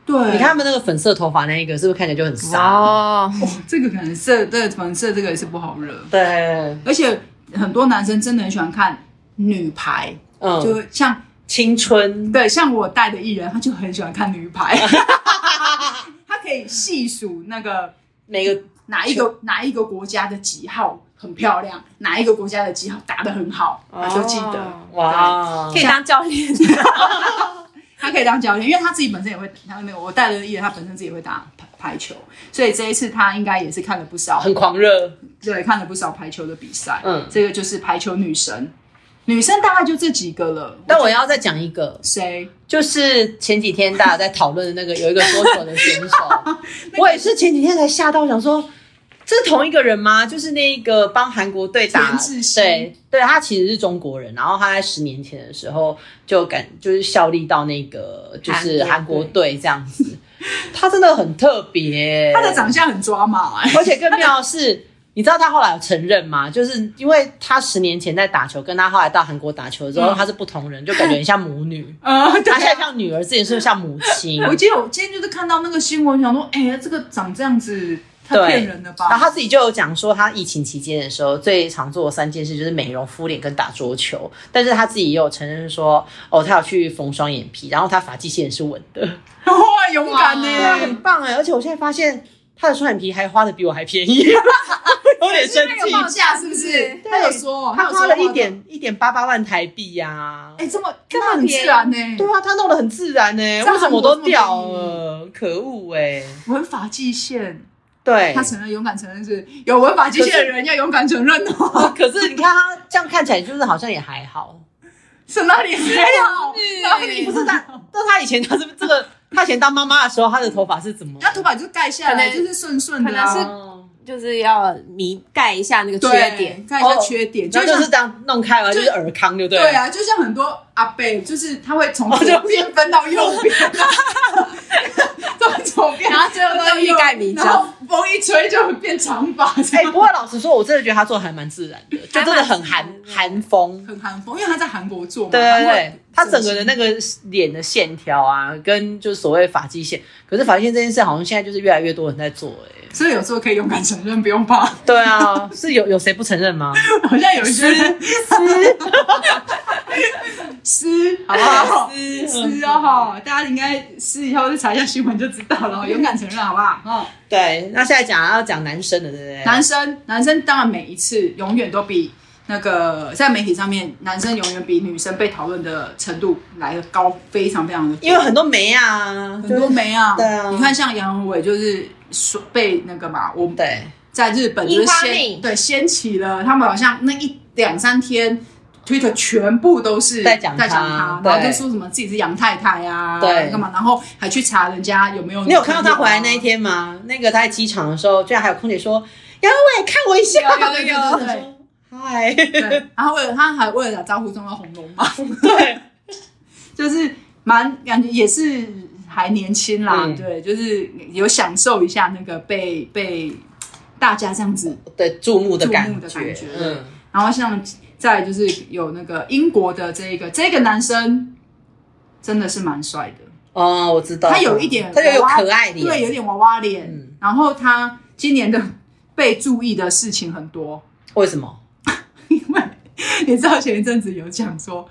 Speaker 2: 对，
Speaker 1: 你看他们那个粉色头发那一个，是不是看起来就很傻？
Speaker 3: 哦，
Speaker 2: 哦，这个可能色对粉色这个也是不好惹，
Speaker 1: 对，
Speaker 2: 而且很多男生真的很喜欢看女排，
Speaker 1: 嗯，
Speaker 2: 就像
Speaker 1: 青春，
Speaker 2: 对，像我带的艺人，他就很喜欢看女排， 他可以细数那个
Speaker 1: 每个
Speaker 2: 哪一个哪一个国家的几号很漂亮，哪一个国家的几号打得很好，他就记得。
Speaker 3: 哦
Speaker 1: 哇
Speaker 3: 可，以当教练。
Speaker 2: 他可以当教练，因为他自己本身也会，他没有我带的艺人，他本身自己也会打排排球，所以这一次他应该也是看了不少，
Speaker 1: 很狂热，
Speaker 2: 对，看了不少排球的比赛。
Speaker 1: 嗯
Speaker 2: 这个就是排球女神，女生大概就这几个了。
Speaker 1: 但我要再讲一个，
Speaker 2: 谁？
Speaker 1: 就是前几天大家在讨论的那个有一个桌球的选 手，我也是前几天才吓到，想说这是同一个人吗？就是那个帮韩国队打
Speaker 2: 田志，希
Speaker 1: 对对，他其实是中国人，然后他在十年前的时候就感就是效力到那个就是韩
Speaker 3: 韩
Speaker 1: 国
Speaker 3: 国队
Speaker 1: 队这样子，他真的很特别，
Speaker 2: 她的长相很抓马、 哎
Speaker 1: 而且更妙的是，你知道他后来有承认吗？就是因为他十年前在打球，跟他后来到韩国打球的时候，
Speaker 2: 嗯。
Speaker 1: 他是不同人，就感觉很像母女
Speaker 2: 呃，对
Speaker 1: 他现在像女儿，之前是不是像母亲？
Speaker 2: 我记得我今天就是看到那个新闻，想说，哎、呀，这个长这样子，太
Speaker 1: 对
Speaker 2: 骗人了吧？
Speaker 1: 然后他自己就有讲说，他疫情期间的时候最常做的三件事就是美容、敷脸跟打桌球。但是他自己也有承认说，哦，他有去缝双眼皮，然后他发际线是稳的，
Speaker 2: 哇，勇敢呢、
Speaker 1: 对啊，很棒哎！而且我现在发现他的双眼皮还花的比我还便宜， 我有点生气。
Speaker 2: 报价是不是？他有说，
Speaker 1: 他
Speaker 2: 有
Speaker 1: 花
Speaker 2: 说
Speaker 1: 了一，点一点八八万台币呀、
Speaker 2: 哎、这么
Speaker 3: 这么
Speaker 2: 那很
Speaker 3: 便宜
Speaker 2: 自然呢、
Speaker 1: 对啊，他弄得很自然呢、
Speaker 2: 在
Speaker 1: 为什么
Speaker 2: 韩国
Speaker 1: 我都
Speaker 2: 这么
Speaker 1: 掉
Speaker 2: 便宜
Speaker 1: 了？可恶哎、
Speaker 2: 文法界限，
Speaker 1: 对，
Speaker 2: 他承认勇敢承认是有文法界限的人要勇敢承认哦，
Speaker 1: 可是你看他这样看起来，就是好像也还好。
Speaker 2: 是哪
Speaker 3: 哎
Speaker 2: 里还好？哪里
Speaker 1: 不是他，但他以前他是这个，他以前当妈妈的时候，他的头发是怎么？
Speaker 2: 他头发就盖下来，
Speaker 3: 可
Speaker 2: 就
Speaker 3: 能
Speaker 2: 是顺顺的、
Speaker 3: 可
Speaker 2: 啊，
Speaker 3: 能就是要弥盖一下那个
Speaker 2: 对
Speaker 3: 缺点，哦
Speaker 2: 盖一下缺点，
Speaker 1: 然
Speaker 2: 就
Speaker 1: 后就
Speaker 2: 像
Speaker 1: 是这样弄开了，就
Speaker 2: 就是
Speaker 1: 尔康，对不对？
Speaker 2: 对，啊，就像很多阿伯，就是他会从
Speaker 1: 哦
Speaker 2: 左边分到右边， 从左边，
Speaker 3: 然后最后都欲盖弥彰
Speaker 2: 然后风一吹就会变长发，
Speaker 1: 哎、
Speaker 2: 哎
Speaker 1: 不过老实说，我真的觉得他做的还蛮自然的，就真的很韩韩风。
Speaker 2: 很韩风，因为他在韩国做嘛，
Speaker 1: 对
Speaker 2: 韩
Speaker 1: 对
Speaker 2: 国
Speaker 1: 对，他整个的那个脸的线条啊，跟就是所谓发际线，可是发际线这件事好像现在就是越来越多人在做哎、
Speaker 2: 所以有时候可以勇敢承认，不用怕，
Speaker 1: 对啊， 是有有谁不承认吗？
Speaker 2: 好像有一些人撕，好不好？
Speaker 1: 是
Speaker 2: 撕哦哈，大家应该撕以后就查一下新闻就知 道了，勇敢承认好不好？嗯。
Speaker 1: 对，那现在讲要讲男生的，对不对？
Speaker 2: 男生，男生当然每一次永远都比那个在媒体上面，男生永远比女生被讨论的程度来的高，非常非常的多。
Speaker 1: 因为很多没啊，
Speaker 2: 很多没啊，
Speaker 1: 对啊
Speaker 2: 你看像杨宏伟就是说被那个嘛，我们
Speaker 1: 对
Speaker 2: 在日本就是
Speaker 3: 樱花
Speaker 2: 掀
Speaker 3: 妹
Speaker 2: 对掀起了，他们好像那一两三天。Twitter 全部都是
Speaker 1: 在讲他
Speaker 2: 在讲他，然后
Speaker 1: 对
Speaker 2: 就说什么自己是杨太太呀、啊，
Speaker 1: 对
Speaker 2: 干嘛，然后还去查人家有没有、
Speaker 1: 你有看到他回
Speaker 2: 啊
Speaker 1: 来那一？天吗？那个他在机场的时候，居然还有空姐说：“杨伟，看我一下。
Speaker 2: 有有 有有啊对
Speaker 1: 我说嗨，
Speaker 2: 对，然后为了他还为了打招呼中到红龙嘛，
Speaker 1: 对，
Speaker 2: 就是蛮感觉也是还年轻啦，
Speaker 1: 嗯
Speaker 2: 对，就是有享受一下那个被被大家这样子，
Speaker 1: 对，注目的感
Speaker 2: 注目的感觉
Speaker 1: 嗯，
Speaker 2: 然后像再来就是有那个英国的这一个这个男生真的是蛮帅的，
Speaker 1: 哦，我知道，
Speaker 2: 他有一点
Speaker 1: 他就有
Speaker 2: 娃娃
Speaker 1: 可爱啊脸，
Speaker 2: 对，有点娃娃脸，
Speaker 1: 嗯
Speaker 2: 然后他今年的被注意的事情很多，
Speaker 1: 为什么？
Speaker 2: 因为你知道前一阵子有讲说。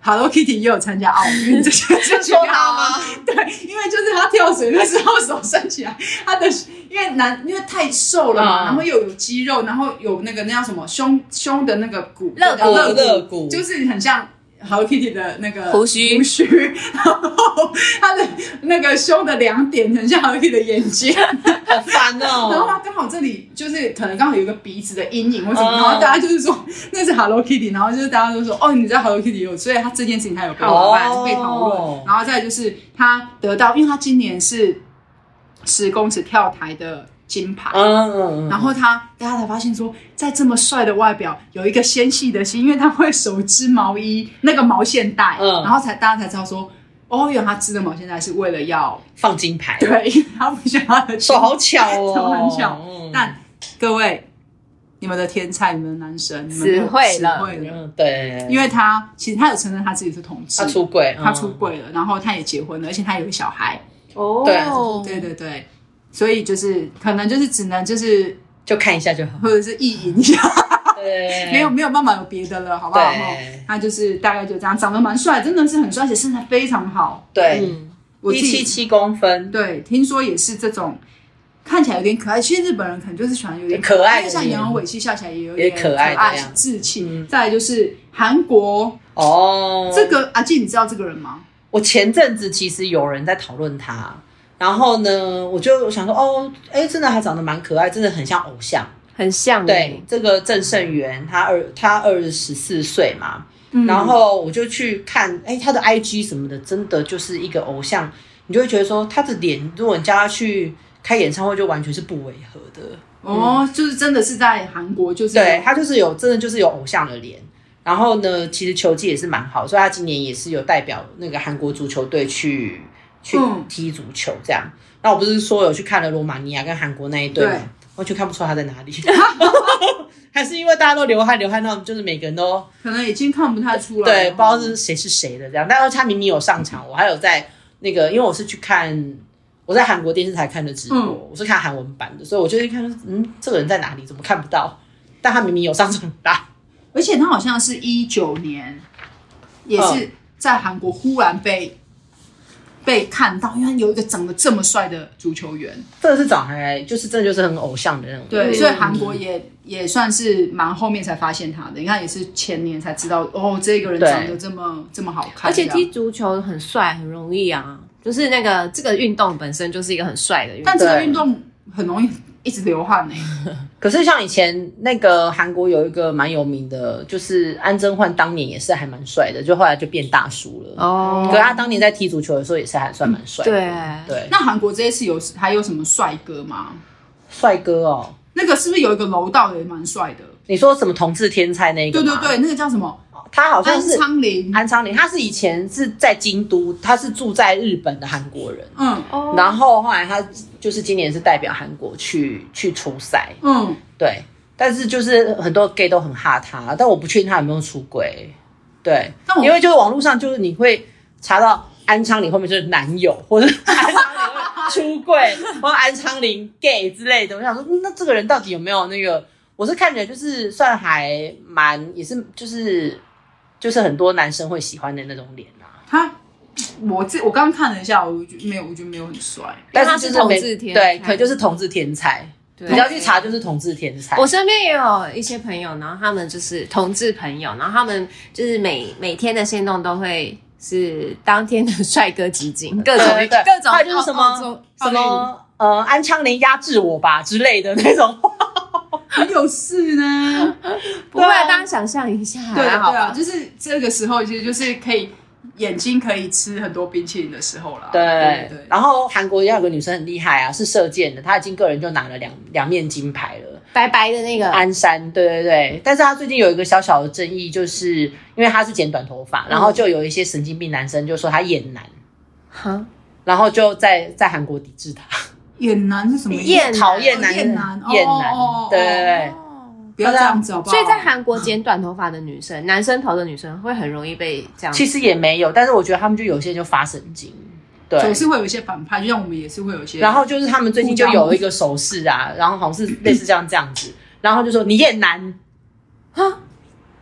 Speaker 2: Hello Kitty 也有参加奥运这件事情
Speaker 1: 说他吗？
Speaker 2: 对，因为就是他跳水的时候手伸起来，他的 因为男因为太瘦了
Speaker 1: 嗯
Speaker 2: 嘛，然后又有肌肉，然后有那个那叫什么胸胸的那个骨
Speaker 3: 肋骨
Speaker 2: 肋
Speaker 1: 肋
Speaker 2: 骨
Speaker 1: 骨
Speaker 2: 就是很像 Hello Kitty 的那个
Speaker 3: 胡须
Speaker 2: 胡须， 然后他的那个胸的两点很像 Hello Kitty 的眼睛，
Speaker 1: 好烦
Speaker 2: 然后
Speaker 1: 哦。
Speaker 2: 他刚好这里就是可能刚好有一个鼻子的阴影或什么，
Speaker 1: 嗯
Speaker 2: 然后大家就是说那是 Hello Kitty，然后就是大家都说哦，你知道 Hello Kitty 有，所以他这件事情他有被
Speaker 1: 哦
Speaker 2: 讨论，被讨论，然后再来就是他得到，因为他今年是十公尺跳台的金牌，
Speaker 1: 嗯，
Speaker 2: 然后他大家才发现说，在这么帅的外表有一个纤细的心，因为他会手织毛衣那个毛线带，
Speaker 1: 嗯
Speaker 2: 然后才大家才知道说，哦，原来他织的毛线带是为了要
Speaker 1: 放金牌，
Speaker 2: 对，因为他不想要的
Speaker 1: 手好巧哦，
Speaker 2: 手很巧
Speaker 1: 嗯
Speaker 2: 但各位，你们的天才，你们的男神，你们
Speaker 3: 死会了
Speaker 2: 死会了，
Speaker 1: 嗯对，
Speaker 2: 因为他其实他有承认他自己是同志，
Speaker 1: 他出轨，
Speaker 2: 他
Speaker 1: 嗯
Speaker 2: 出柜了，然后他也结婚了，而且他有小孩，
Speaker 3: 哦
Speaker 2: 对对对，所以就是可能就是只能就是
Speaker 1: 嗯就看一下就好，
Speaker 2: 或者是意淫一下，
Speaker 1: 对，
Speaker 2: 没有没有办法有别的了，好不好？
Speaker 1: 对
Speaker 2: 吼他就是大概就这样，长得蛮帅，真的是很帅，而且身材非常好。
Speaker 1: 对，
Speaker 3: 嗯，
Speaker 2: 我自
Speaker 1: 一七
Speaker 2: 己
Speaker 1: 七公分，
Speaker 2: 对，听说也是这种看起来有点可爱。其实日本人可能就是喜欢有点
Speaker 1: 可爱的
Speaker 2: 因为像
Speaker 1: 人
Speaker 2: 杨永伟，其实笑起来也有
Speaker 1: 也
Speaker 2: 点
Speaker 1: 可爱的
Speaker 2: 爱
Speaker 1: 样
Speaker 2: 稚气。
Speaker 1: 嗯
Speaker 2: 再来就是韩国
Speaker 1: 哦，
Speaker 2: 这个阿静，你知道这个人吗？
Speaker 1: 我前阵子其实有人在讨论他，然后呢，我就想说，哦，哎，真的还长得蛮可爱，真的很像偶像。
Speaker 3: 很像欸
Speaker 1: 对
Speaker 3: 耶，，
Speaker 1: 这个郑胜元，他二他二十四岁嘛，
Speaker 2: 嗯
Speaker 1: 然后我就去看，哎，他的 IG 什么的，真的就是一个偶像，你就会觉得说，他的脸，如果你叫他去开演唱会，就完全是不违和的。
Speaker 2: 哦，就是真的是在韩国，就是
Speaker 1: 嗯对他就是有真的就是有偶像的脸。然后呢，其实球技也是蛮好，所以他今年也是有代表那个韩国足球队去去
Speaker 2: 嗯
Speaker 1: 踢足球这样。那我不是说有去看了罗马尼亚跟韩国那一队
Speaker 2: 对
Speaker 1: 吗？完全看不出他在 哪里， 还是因为大家都流汗流汗到，就是每个人都
Speaker 2: 可能已经看不太出来了，哦
Speaker 1: 对，不知道是谁是谁的这样。但是他明明有上场，我还有在那个，因为我是去看我在韩国电视台看的直播，
Speaker 2: 嗯
Speaker 1: 我是看韩文版的，所以我就一看，嗯，这个人在哪里？怎么看不到？但他明明有上场打，
Speaker 2: 而且他好像是一九年，也
Speaker 1: 嗯
Speaker 2: 是在韩国忽然被、被看到，因为有一个长得这么帅的足球员，
Speaker 1: 这个是长还就是这就是很偶像的那种。
Speaker 2: 对，
Speaker 3: 嗯
Speaker 2: 所以韩国也也算是蛮后面才发现他的。你看，也是前年才知道哦，这个人
Speaker 1: 对
Speaker 2: 长得这么这么好看，
Speaker 3: 而且
Speaker 2: 这样
Speaker 3: 踢足球很帅，很容易啊。就是那个这个运动本身就是一个很帅的运动
Speaker 2: 但，这个
Speaker 1: 对
Speaker 2: 运动很容易一直流汗欸呢、
Speaker 1: 可是像以前那个韩国有一个蛮有名的，就是安贞焕，当年也是还蛮帅的，就后来就变大叔了。
Speaker 3: 哦
Speaker 1: 可是他当年在踢足球的时候也是还算蛮帅的。
Speaker 3: 对
Speaker 1: 嗯对，
Speaker 2: 那韩国这一次有还有什么帅哥吗？
Speaker 1: 帅哥哦，
Speaker 2: 那个是不是有一个楼道的也蛮帅的？
Speaker 1: 你说什么同志天才那个？
Speaker 2: 对对，对，那个叫什么？
Speaker 1: 他好像
Speaker 2: 安
Speaker 1: 是
Speaker 2: 昌林。
Speaker 1: 安昌林，他是以前是在京都，他是住在日本的韩国人，
Speaker 2: 嗯
Speaker 3: 哦
Speaker 1: 然后后来他就是今年是代表韩国去去出赛，
Speaker 2: 嗯，
Speaker 1: 对，但是就是很多 gay 都很哈他，但我不确定他有没有出轨，对
Speaker 2: 但，我
Speaker 1: 因为就是网络上就是你会查到安昌林后面就是男友，或者安昌林会出柜，或者安昌林 gay 之类的，我想说，嗯那这个人到底有没有那个？我是看起来就是算还蛮，也是就是就是很多男生会喜欢的那种脸啊。
Speaker 2: 他我这我刚刚看了一下，我觉没有，我觉得没有很帅。
Speaker 1: 但
Speaker 3: 他
Speaker 1: 就是是没
Speaker 3: 同志天
Speaker 1: 对，
Speaker 3: 才
Speaker 1: 可就是同志天才，
Speaker 3: 对
Speaker 1: 你要去查就是同志天才。
Speaker 3: 我身边也有一些朋友，然后他们就是同志朋友，然后他们就是每每天的行动都会是当天的帅哥 集锦，各种
Speaker 1: 对对对
Speaker 3: 各种
Speaker 1: 还有就是什么
Speaker 3: 澳澳洲
Speaker 1: 什么呃安昌林压制我吧之类的那种，
Speaker 2: 很有事呢。
Speaker 3: 不
Speaker 1: 对
Speaker 3: 会
Speaker 1: 啊
Speaker 3: 啊，大家想象一下，
Speaker 2: 对
Speaker 3: 还
Speaker 2: 啊
Speaker 3: 好
Speaker 2: 对啊，
Speaker 3: 吧？
Speaker 2: 就是这个时候，其实就是可以眼睛可以吃很多冰淇淋的时候啦。
Speaker 1: 对
Speaker 2: 对对，
Speaker 1: 然后韩国也有个女生很厉害啊，是射箭的，她已经个人就拿了两两面金牌了。
Speaker 3: 白白的那个，
Speaker 1: 鞍山，对对对。但是她最近有一个小小的争议，就是因为她是剪短头发，然后就有一些神经病男生就说她厌男，
Speaker 3: 哈，
Speaker 1: 然后就在在韩国抵制她，
Speaker 2: 眼男是什么意思？
Speaker 3: 厌男
Speaker 1: 讨厌男，
Speaker 2: 厌男哦
Speaker 1: 厌男
Speaker 2: 哦哦
Speaker 1: 对对啊对。
Speaker 2: 不要这样子好不好？
Speaker 3: 所以在韩国剪短头发的女生，男生头的女生会很容易被这样。
Speaker 1: 其实也没有，但是我觉得他们就有些人就发神经，对，
Speaker 2: 总是会有一些反派，就像我们也是会有一些。
Speaker 1: 然后就是他们最近就有一个手势啊，然后好像是类似这样这样子，然后就说你厌男，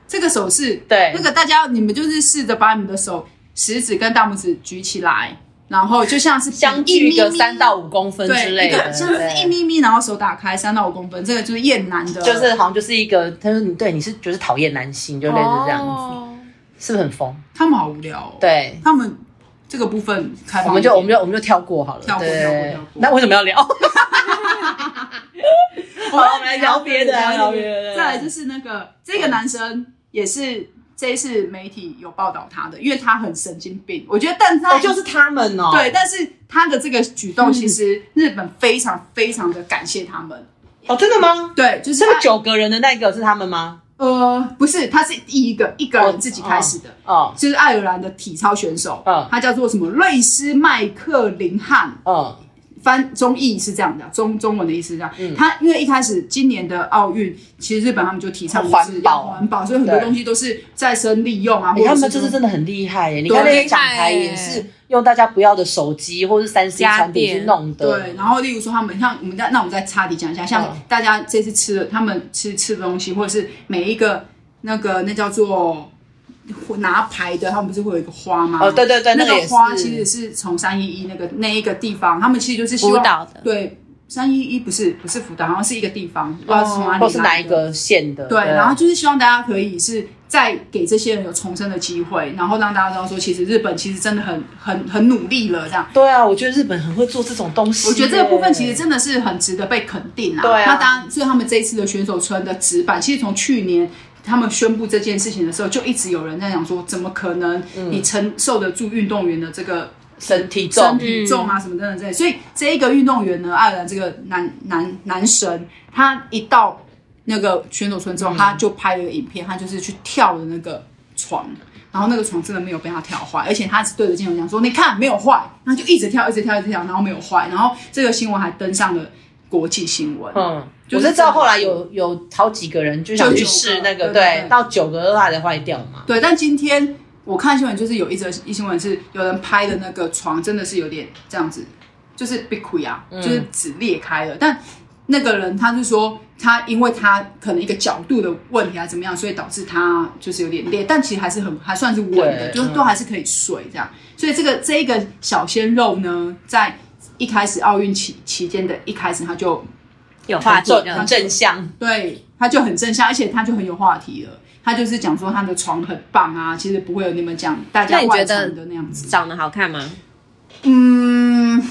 Speaker 2: 这个手势，
Speaker 1: 对
Speaker 2: 那个大家你们就是试着把你们的手食指跟大拇指举起来，然后就像是
Speaker 1: 相
Speaker 2: 一
Speaker 1: 距
Speaker 2: 咪
Speaker 1: 个
Speaker 2: 咪
Speaker 1: 三到五公分之
Speaker 2: 对，
Speaker 1: 类
Speaker 2: 一个
Speaker 1: 的，
Speaker 2: 像是一
Speaker 1: 对
Speaker 2: 咪咪，然后手打开三到五公分，这个就是厌男的，
Speaker 1: 就是好像就是一个，他说你对你是就是讨厌男性，就类似这样子，
Speaker 3: 哦
Speaker 1: 是不是很疯？
Speaker 2: 他们好无聊、哦。，
Speaker 1: 对，
Speaker 2: 他们这个部分开放一点，
Speaker 1: 我们就我们就我们就跳过好了。
Speaker 2: 跳过
Speaker 1: 对
Speaker 2: 跳过跳过
Speaker 1: 那为什么要聊？哦
Speaker 2: 我
Speaker 1: 好我们来聊别的啊聊别的
Speaker 2: 再来就是那个这个男生也是这一次媒体有报道他的，因为他很神经病。我觉得，但他、
Speaker 1: 哦，就是他们哦。
Speaker 2: 对，，但是他的这个举动，其实日本非常非常的感谢他们。
Speaker 1: 哦，真的吗？
Speaker 2: 对，就是
Speaker 1: 这
Speaker 2: 他
Speaker 1: 个九个人的那个是他们吗？
Speaker 2: 呃，不是，他是第一个一个人自己开始的。
Speaker 1: 哦，
Speaker 2: 就是爱尔兰的体操选手，
Speaker 1: 嗯
Speaker 2: 他叫做什么瑞斯麦克林汉，
Speaker 1: 嗯，
Speaker 2: 翻中译是这样的，中中文的意思是这样。他因为一开始今年的奥运，其实日本他们就提倡就是
Speaker 1: 环保
Speaker 2: 要环保，所以很多
Speaker 1: 对
Speaker 2: 东西都是再生利用啊，
Speaker 1: 哎
Speaker 2: 或
Speaker 1: 他
Speaker 2: 者
Speaker 1: 们
Speaker 2: 是
Speaker 1: 这
Speaker 2: 就
Speaker 1: 次
Speaker 2: 是
Speaker 1: 真的很厉害耶！你看
Speaker 2: 对
Speaker 1: 那些讲台也是用大家不要的手机或是三 C
Speaker 3: 家
Speaker 1: 产品
Speaker 3: 电
Speaker 1: 去弄的。
Speaker 2: 对。然后例如说他们像我们在那我们再插题讲一下，像
Speaker 1: 嗯
Speaker 2: 大家这次吃的，他们吃吃的东西，或者是每一个那个那叫做。拿牌的，他们不是会有一个花吗？
Speaker 1: 哦，对对对，
Speaker 2: 啊那
Speaker 1: 个也
Speaker 2: 个
Speaker 1: 是。
Speaker 2: 花其实是从三一一那个那一个地方，他们其实就是希望
Speaker 3: 辅导的
Speaker 2: 对，三一一不是不是辅导，好像是一个地方，不知道是从哪里来的
Speaker 1: 哦或是哪一个县的？
Speaker 2: 对，然后就是希望大家可以是再给这些人有重生的机会，然后让大家知道说，其实日本其实真的很很很努力了这样。
Speaker 1: 对啊，我觉得日本很会做这种东西耶。
Speaker 2: 我觉得这个部分其实真的是很值得被肯定啊。
Speaker 1: 对啊
Speaker 2: 那当然，所以他们这一次的选手村的纸板，其实从去年。他们宣布这件事情的时候，就一直有人在讲说，怎么可能
Speaker 1: 嗯
Speaker 2: 你承受得住运动员的这个
Speaker 1: 身体
Speaker 2: 身
Speaker 1: 重，
Speaker 2: 体重啊什么等等之类。所以这一个运动员呢，爱尔兰这个男男男神，他一到那个选手村之
Speaker 1: 嗯
Speaker 2: 后，他就拍了一个影片，他就是去跳的那个床。然后那个床真的没有被他跳坏，而且他是对着镜头讲说：“你看没有坏。”然后就一直跳，一直跳，一直跳，然后没有坏。然后这个新闻还登上了国际新闻。
Speaker 1: 嗯，
Speaker 2: 就
Speaker 1: 我
Speaker 2: 是
Speaker 1: 是知道后来有有好几个人就想去试那
Speaker 2: 就
Speaker 1: 个，
Speaker 2: 九个对对
Speaker 1: 对，到九个的话才坏掉嘛。
Speaker 2: 对，但今天我看新闻就是有一则一新闻是有人拍的那个床真的是有点这样子，就是被溃啊，
Speaker 1: 嗯
Speaker 2: 就是纸裂开了。但那个人他是说他因为他可能一个角度的问题还是怎么样，所以导致他就是有点裂，但其实还是很还算是稳的，
Speaker 1: 对
Speaker 2: 就是
Speaker 1: 嗯
Speaker 2: 都还是可以睡这样。所以这个这一个小鲜肉呢，在一开始奥运期期间的一开始他就
Speaker 3: 有话题
Speaker 1: 正
Speaker 3: 的
Speaker 1: 很，正向，
Speaker 2: 对，他就很正向，而且他就很有话题了。他就是讲说他的床很棒啊，其实不会有你们讲大家
Speaker 3: 那你
Speaker 2: 外
Speaker 3: 觉
Speaker 2: 传
Speaker 3: 得
Speaker 2: 的那样子。
Speaker 3: 长得好看吗？
Speaker 2: 嗯，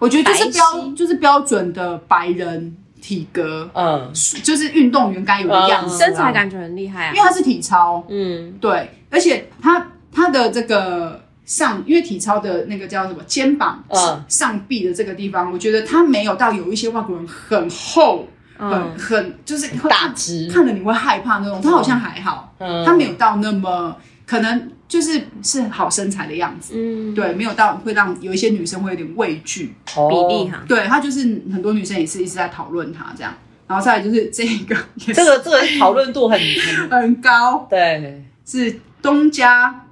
Speaker 2: 我觉得就是
Speaker 3: 白
Speaker 2: 标
Speaker 3: 皙
Speaker 2: 就是标准的白人体格，
Speaker 1: 嗯，
Speaker 2: 就是运动员该有的样子、
Speaker 1: 嗯
Speaker 2: 啊
Speaker 3: 哦身材，感觉很厉害
Speaker 2: 因
Speaker 3: 啊
Speaker 2: 为，他是体操，
Speaker 3: 嗯，
Speaker 2: 对，而且他他的这个上，因为体操的那个叫什么肩膀、
Speaker 1: 嗯
Speaker 2: 上臂的这个地方，我觉得他没有到有一些外国人很厚。很
Speaker 3: 嗯
Speaker 2: 很就是会
Speaker 1: 大只
Speaker 2: 看了你会害怕那种。他好像还好，
Speaker 1: 嗯
Speaker 2: 他没有到那么可能就是是好身材的样子，
Speaker 3: 嗯，
Speaker 2: 对，没有到会让有一些女生会有点畏惧。
Speaker 1: 哦
Speaker 3: 比例
Speaker 1: 哈。
Speaker 3: 哈，
Speaker 2: 对他就是很多女生也是一直在讨论他这样，然后再来就是这一个 也是
Speaker 1: 这个这个讨论度很很
Speaker 2: 很高，
Speaker 1: 对，
Speaker 2: 是东家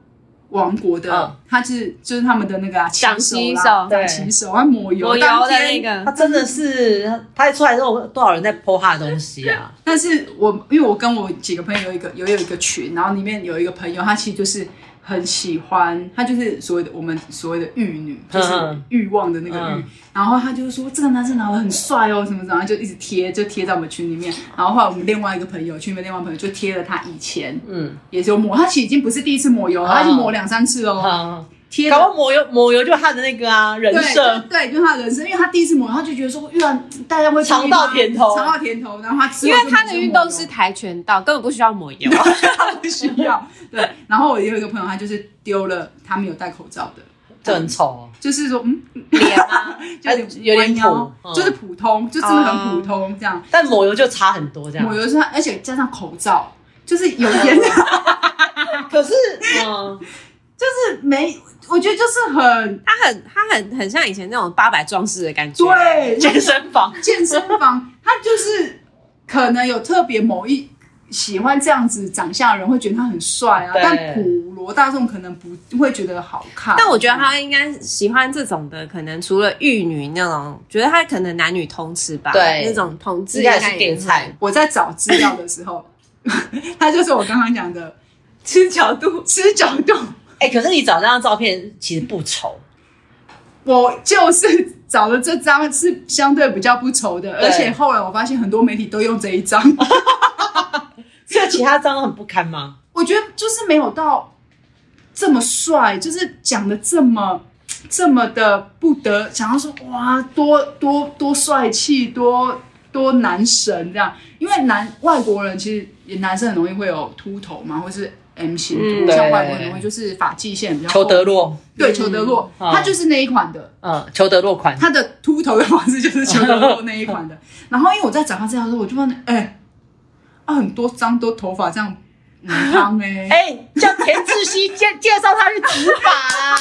Speaker 2: 王国的
Speaker 1: 嗯，
Speaker 2: 他是就是他们的那个啊
Speaker 3: 掌
Speaker 2: 旗
Speaker 3: 旗
Speaker 2: 手啦，
Speaker 3: 手
Speaker 2: 掌旗手，他抹油，
Speaker 3: 我摇
Speaker 2: 当
Speaker 3: 的那
Speaker 2: 天
Speaker 1: 他
Speaker 3: 个，
Speaker 1: 真的是他一出来之后，多少人在剖他的东西 啊？
Speaker 2: 但是我因为我跟我几个朋友有一个有有一个群，然后里面有一个朋友，他其实就是很喜欢，他就是所谓的我们所谓的玉女，就是
Speaker 1: 嗯
Speaker 2: 欲望的那个欲。
Speaker 1: 嗯
Speaker 2: 然后他就说这个男生长得很帅哦，什么什么，然后就一直贴，就贴在我们群里面。然后后来我们另外一个朋友，群里面另外一个朋友就贴了他以前
Speaker 1: 嗯，
Speaker 2: 也就抹，他其实已经不是第一次抹油了，
Speaker 1: 嗯
Speaker 2: 他已经抹两三次哦，
Speaker 1: 好，
Speaker 2: 贴
Speaker 1: 嗯搞不
Speaker 2: 了。
Speaker 1: 好抹油抹油就是他的那个啊人
Speaker 2: 对
Speaker 1: 设，
Speaker 2: 对，就是他的人生，因为他第一次抹，他就觉得说，居然大家会注意
Speaker 1: 尝到
Speaker 2: 他
Speaker 1: 甜头
Speaker 2: 尝到甜头，然后他之后
Speaker 3: 因为
Speaker 2: 就
Speaker 3: 他
Speaker 2: 没
Speaker 3: 的
Speaker 2: 有
Speaker 3: 运
Speaker 2: 抹
Speaker 3: 动
Speaker 2: 油
Speaker 3: 是跆拳道，根本不需要抹油，
Speaker 2: 他不需要。 对，然后我也有一个朋友，他就是丢了他没有戴口罩的，
Speaker 1: 这很丑哦。
Speaker 2: 就是说，嗯，
Speaker 3: 脸啊，
Speaker 2: 就
Speaker 1: 有点
Speaker 2: 弯腰
Speaker 1: 普嗯
Speaker 2: 就是普通，就真的很普通这样。
Speaker 1: 但抹油就差很多这
Speaker 2: 我
Speaker 1: 样。
Speaker 2: 有时候，而且加上口罩，就是有 一点，
Speaker 1: 可是，嗯，
Speaker 2: 就是没，我觉得就是很
Speaker 3: 他很他很很像以前那种八百壮士的感觉，，
Speaker 2: 对啊
Speaker 1: 健身房
Speaker 2: 健身房，他就是可能有特别某一。喜欢这样子长相的人会觉得他很帅啊，
Speaker 1: 对
Speaker 2: 但普罗大众可能不会觉得好看。
Speaker 3: 但我觉得他应该喜欢这种的，可能除了玉女那种，觉得他可能男女通吃吧，
Speaker 1: 对
Speaker 3: 那种同志
Speaker 1: 应该也
Speaker 3: 也
Speaker 1: 是点菜，
Speaker 2: 我在找资料的时候， 他就是我刚刚讲的
Speaker 3: 吃角度，
Speaker 2: 吃角度，
Speaker 1: 哎、可是你找那张照片其实不丑，
Speaker 2: 我就是找了这张是相对比较不愁的，而且后来我发现很多媒体都用这一张，
Speaker 1: 所以其他张都很不堪吗？
Speaker 2: 我觉得就是没有到这么帅，就是讲的这么这么的不得，想要说哇多多多帅气，多多男神这样。因为男外国人其实也男生很容易会有秃头嘛，或是 M 型
Speaker 3: 嗯
Speaker 2: 秃，像
Speaker 1: 对
Speaker 2: 外国人会就是发际线比较厚
Speaker 1: 裘德洛，
Speaker 2: 对裘德洛，
Speaker 1: 嗯
Speaker 2: 他就是那一款的。
Speaker 1: 嗯，裘德洛款，
Speaker 2: 他的秃头的方式就是裘德洛那一 款的。然后因为我在找他资料的时候，我就问，哎、啊，很多脏多头发这样，嗯，汤 哎、
Speaker 1: 哎、叫田志希 介介绍他去植发、啊，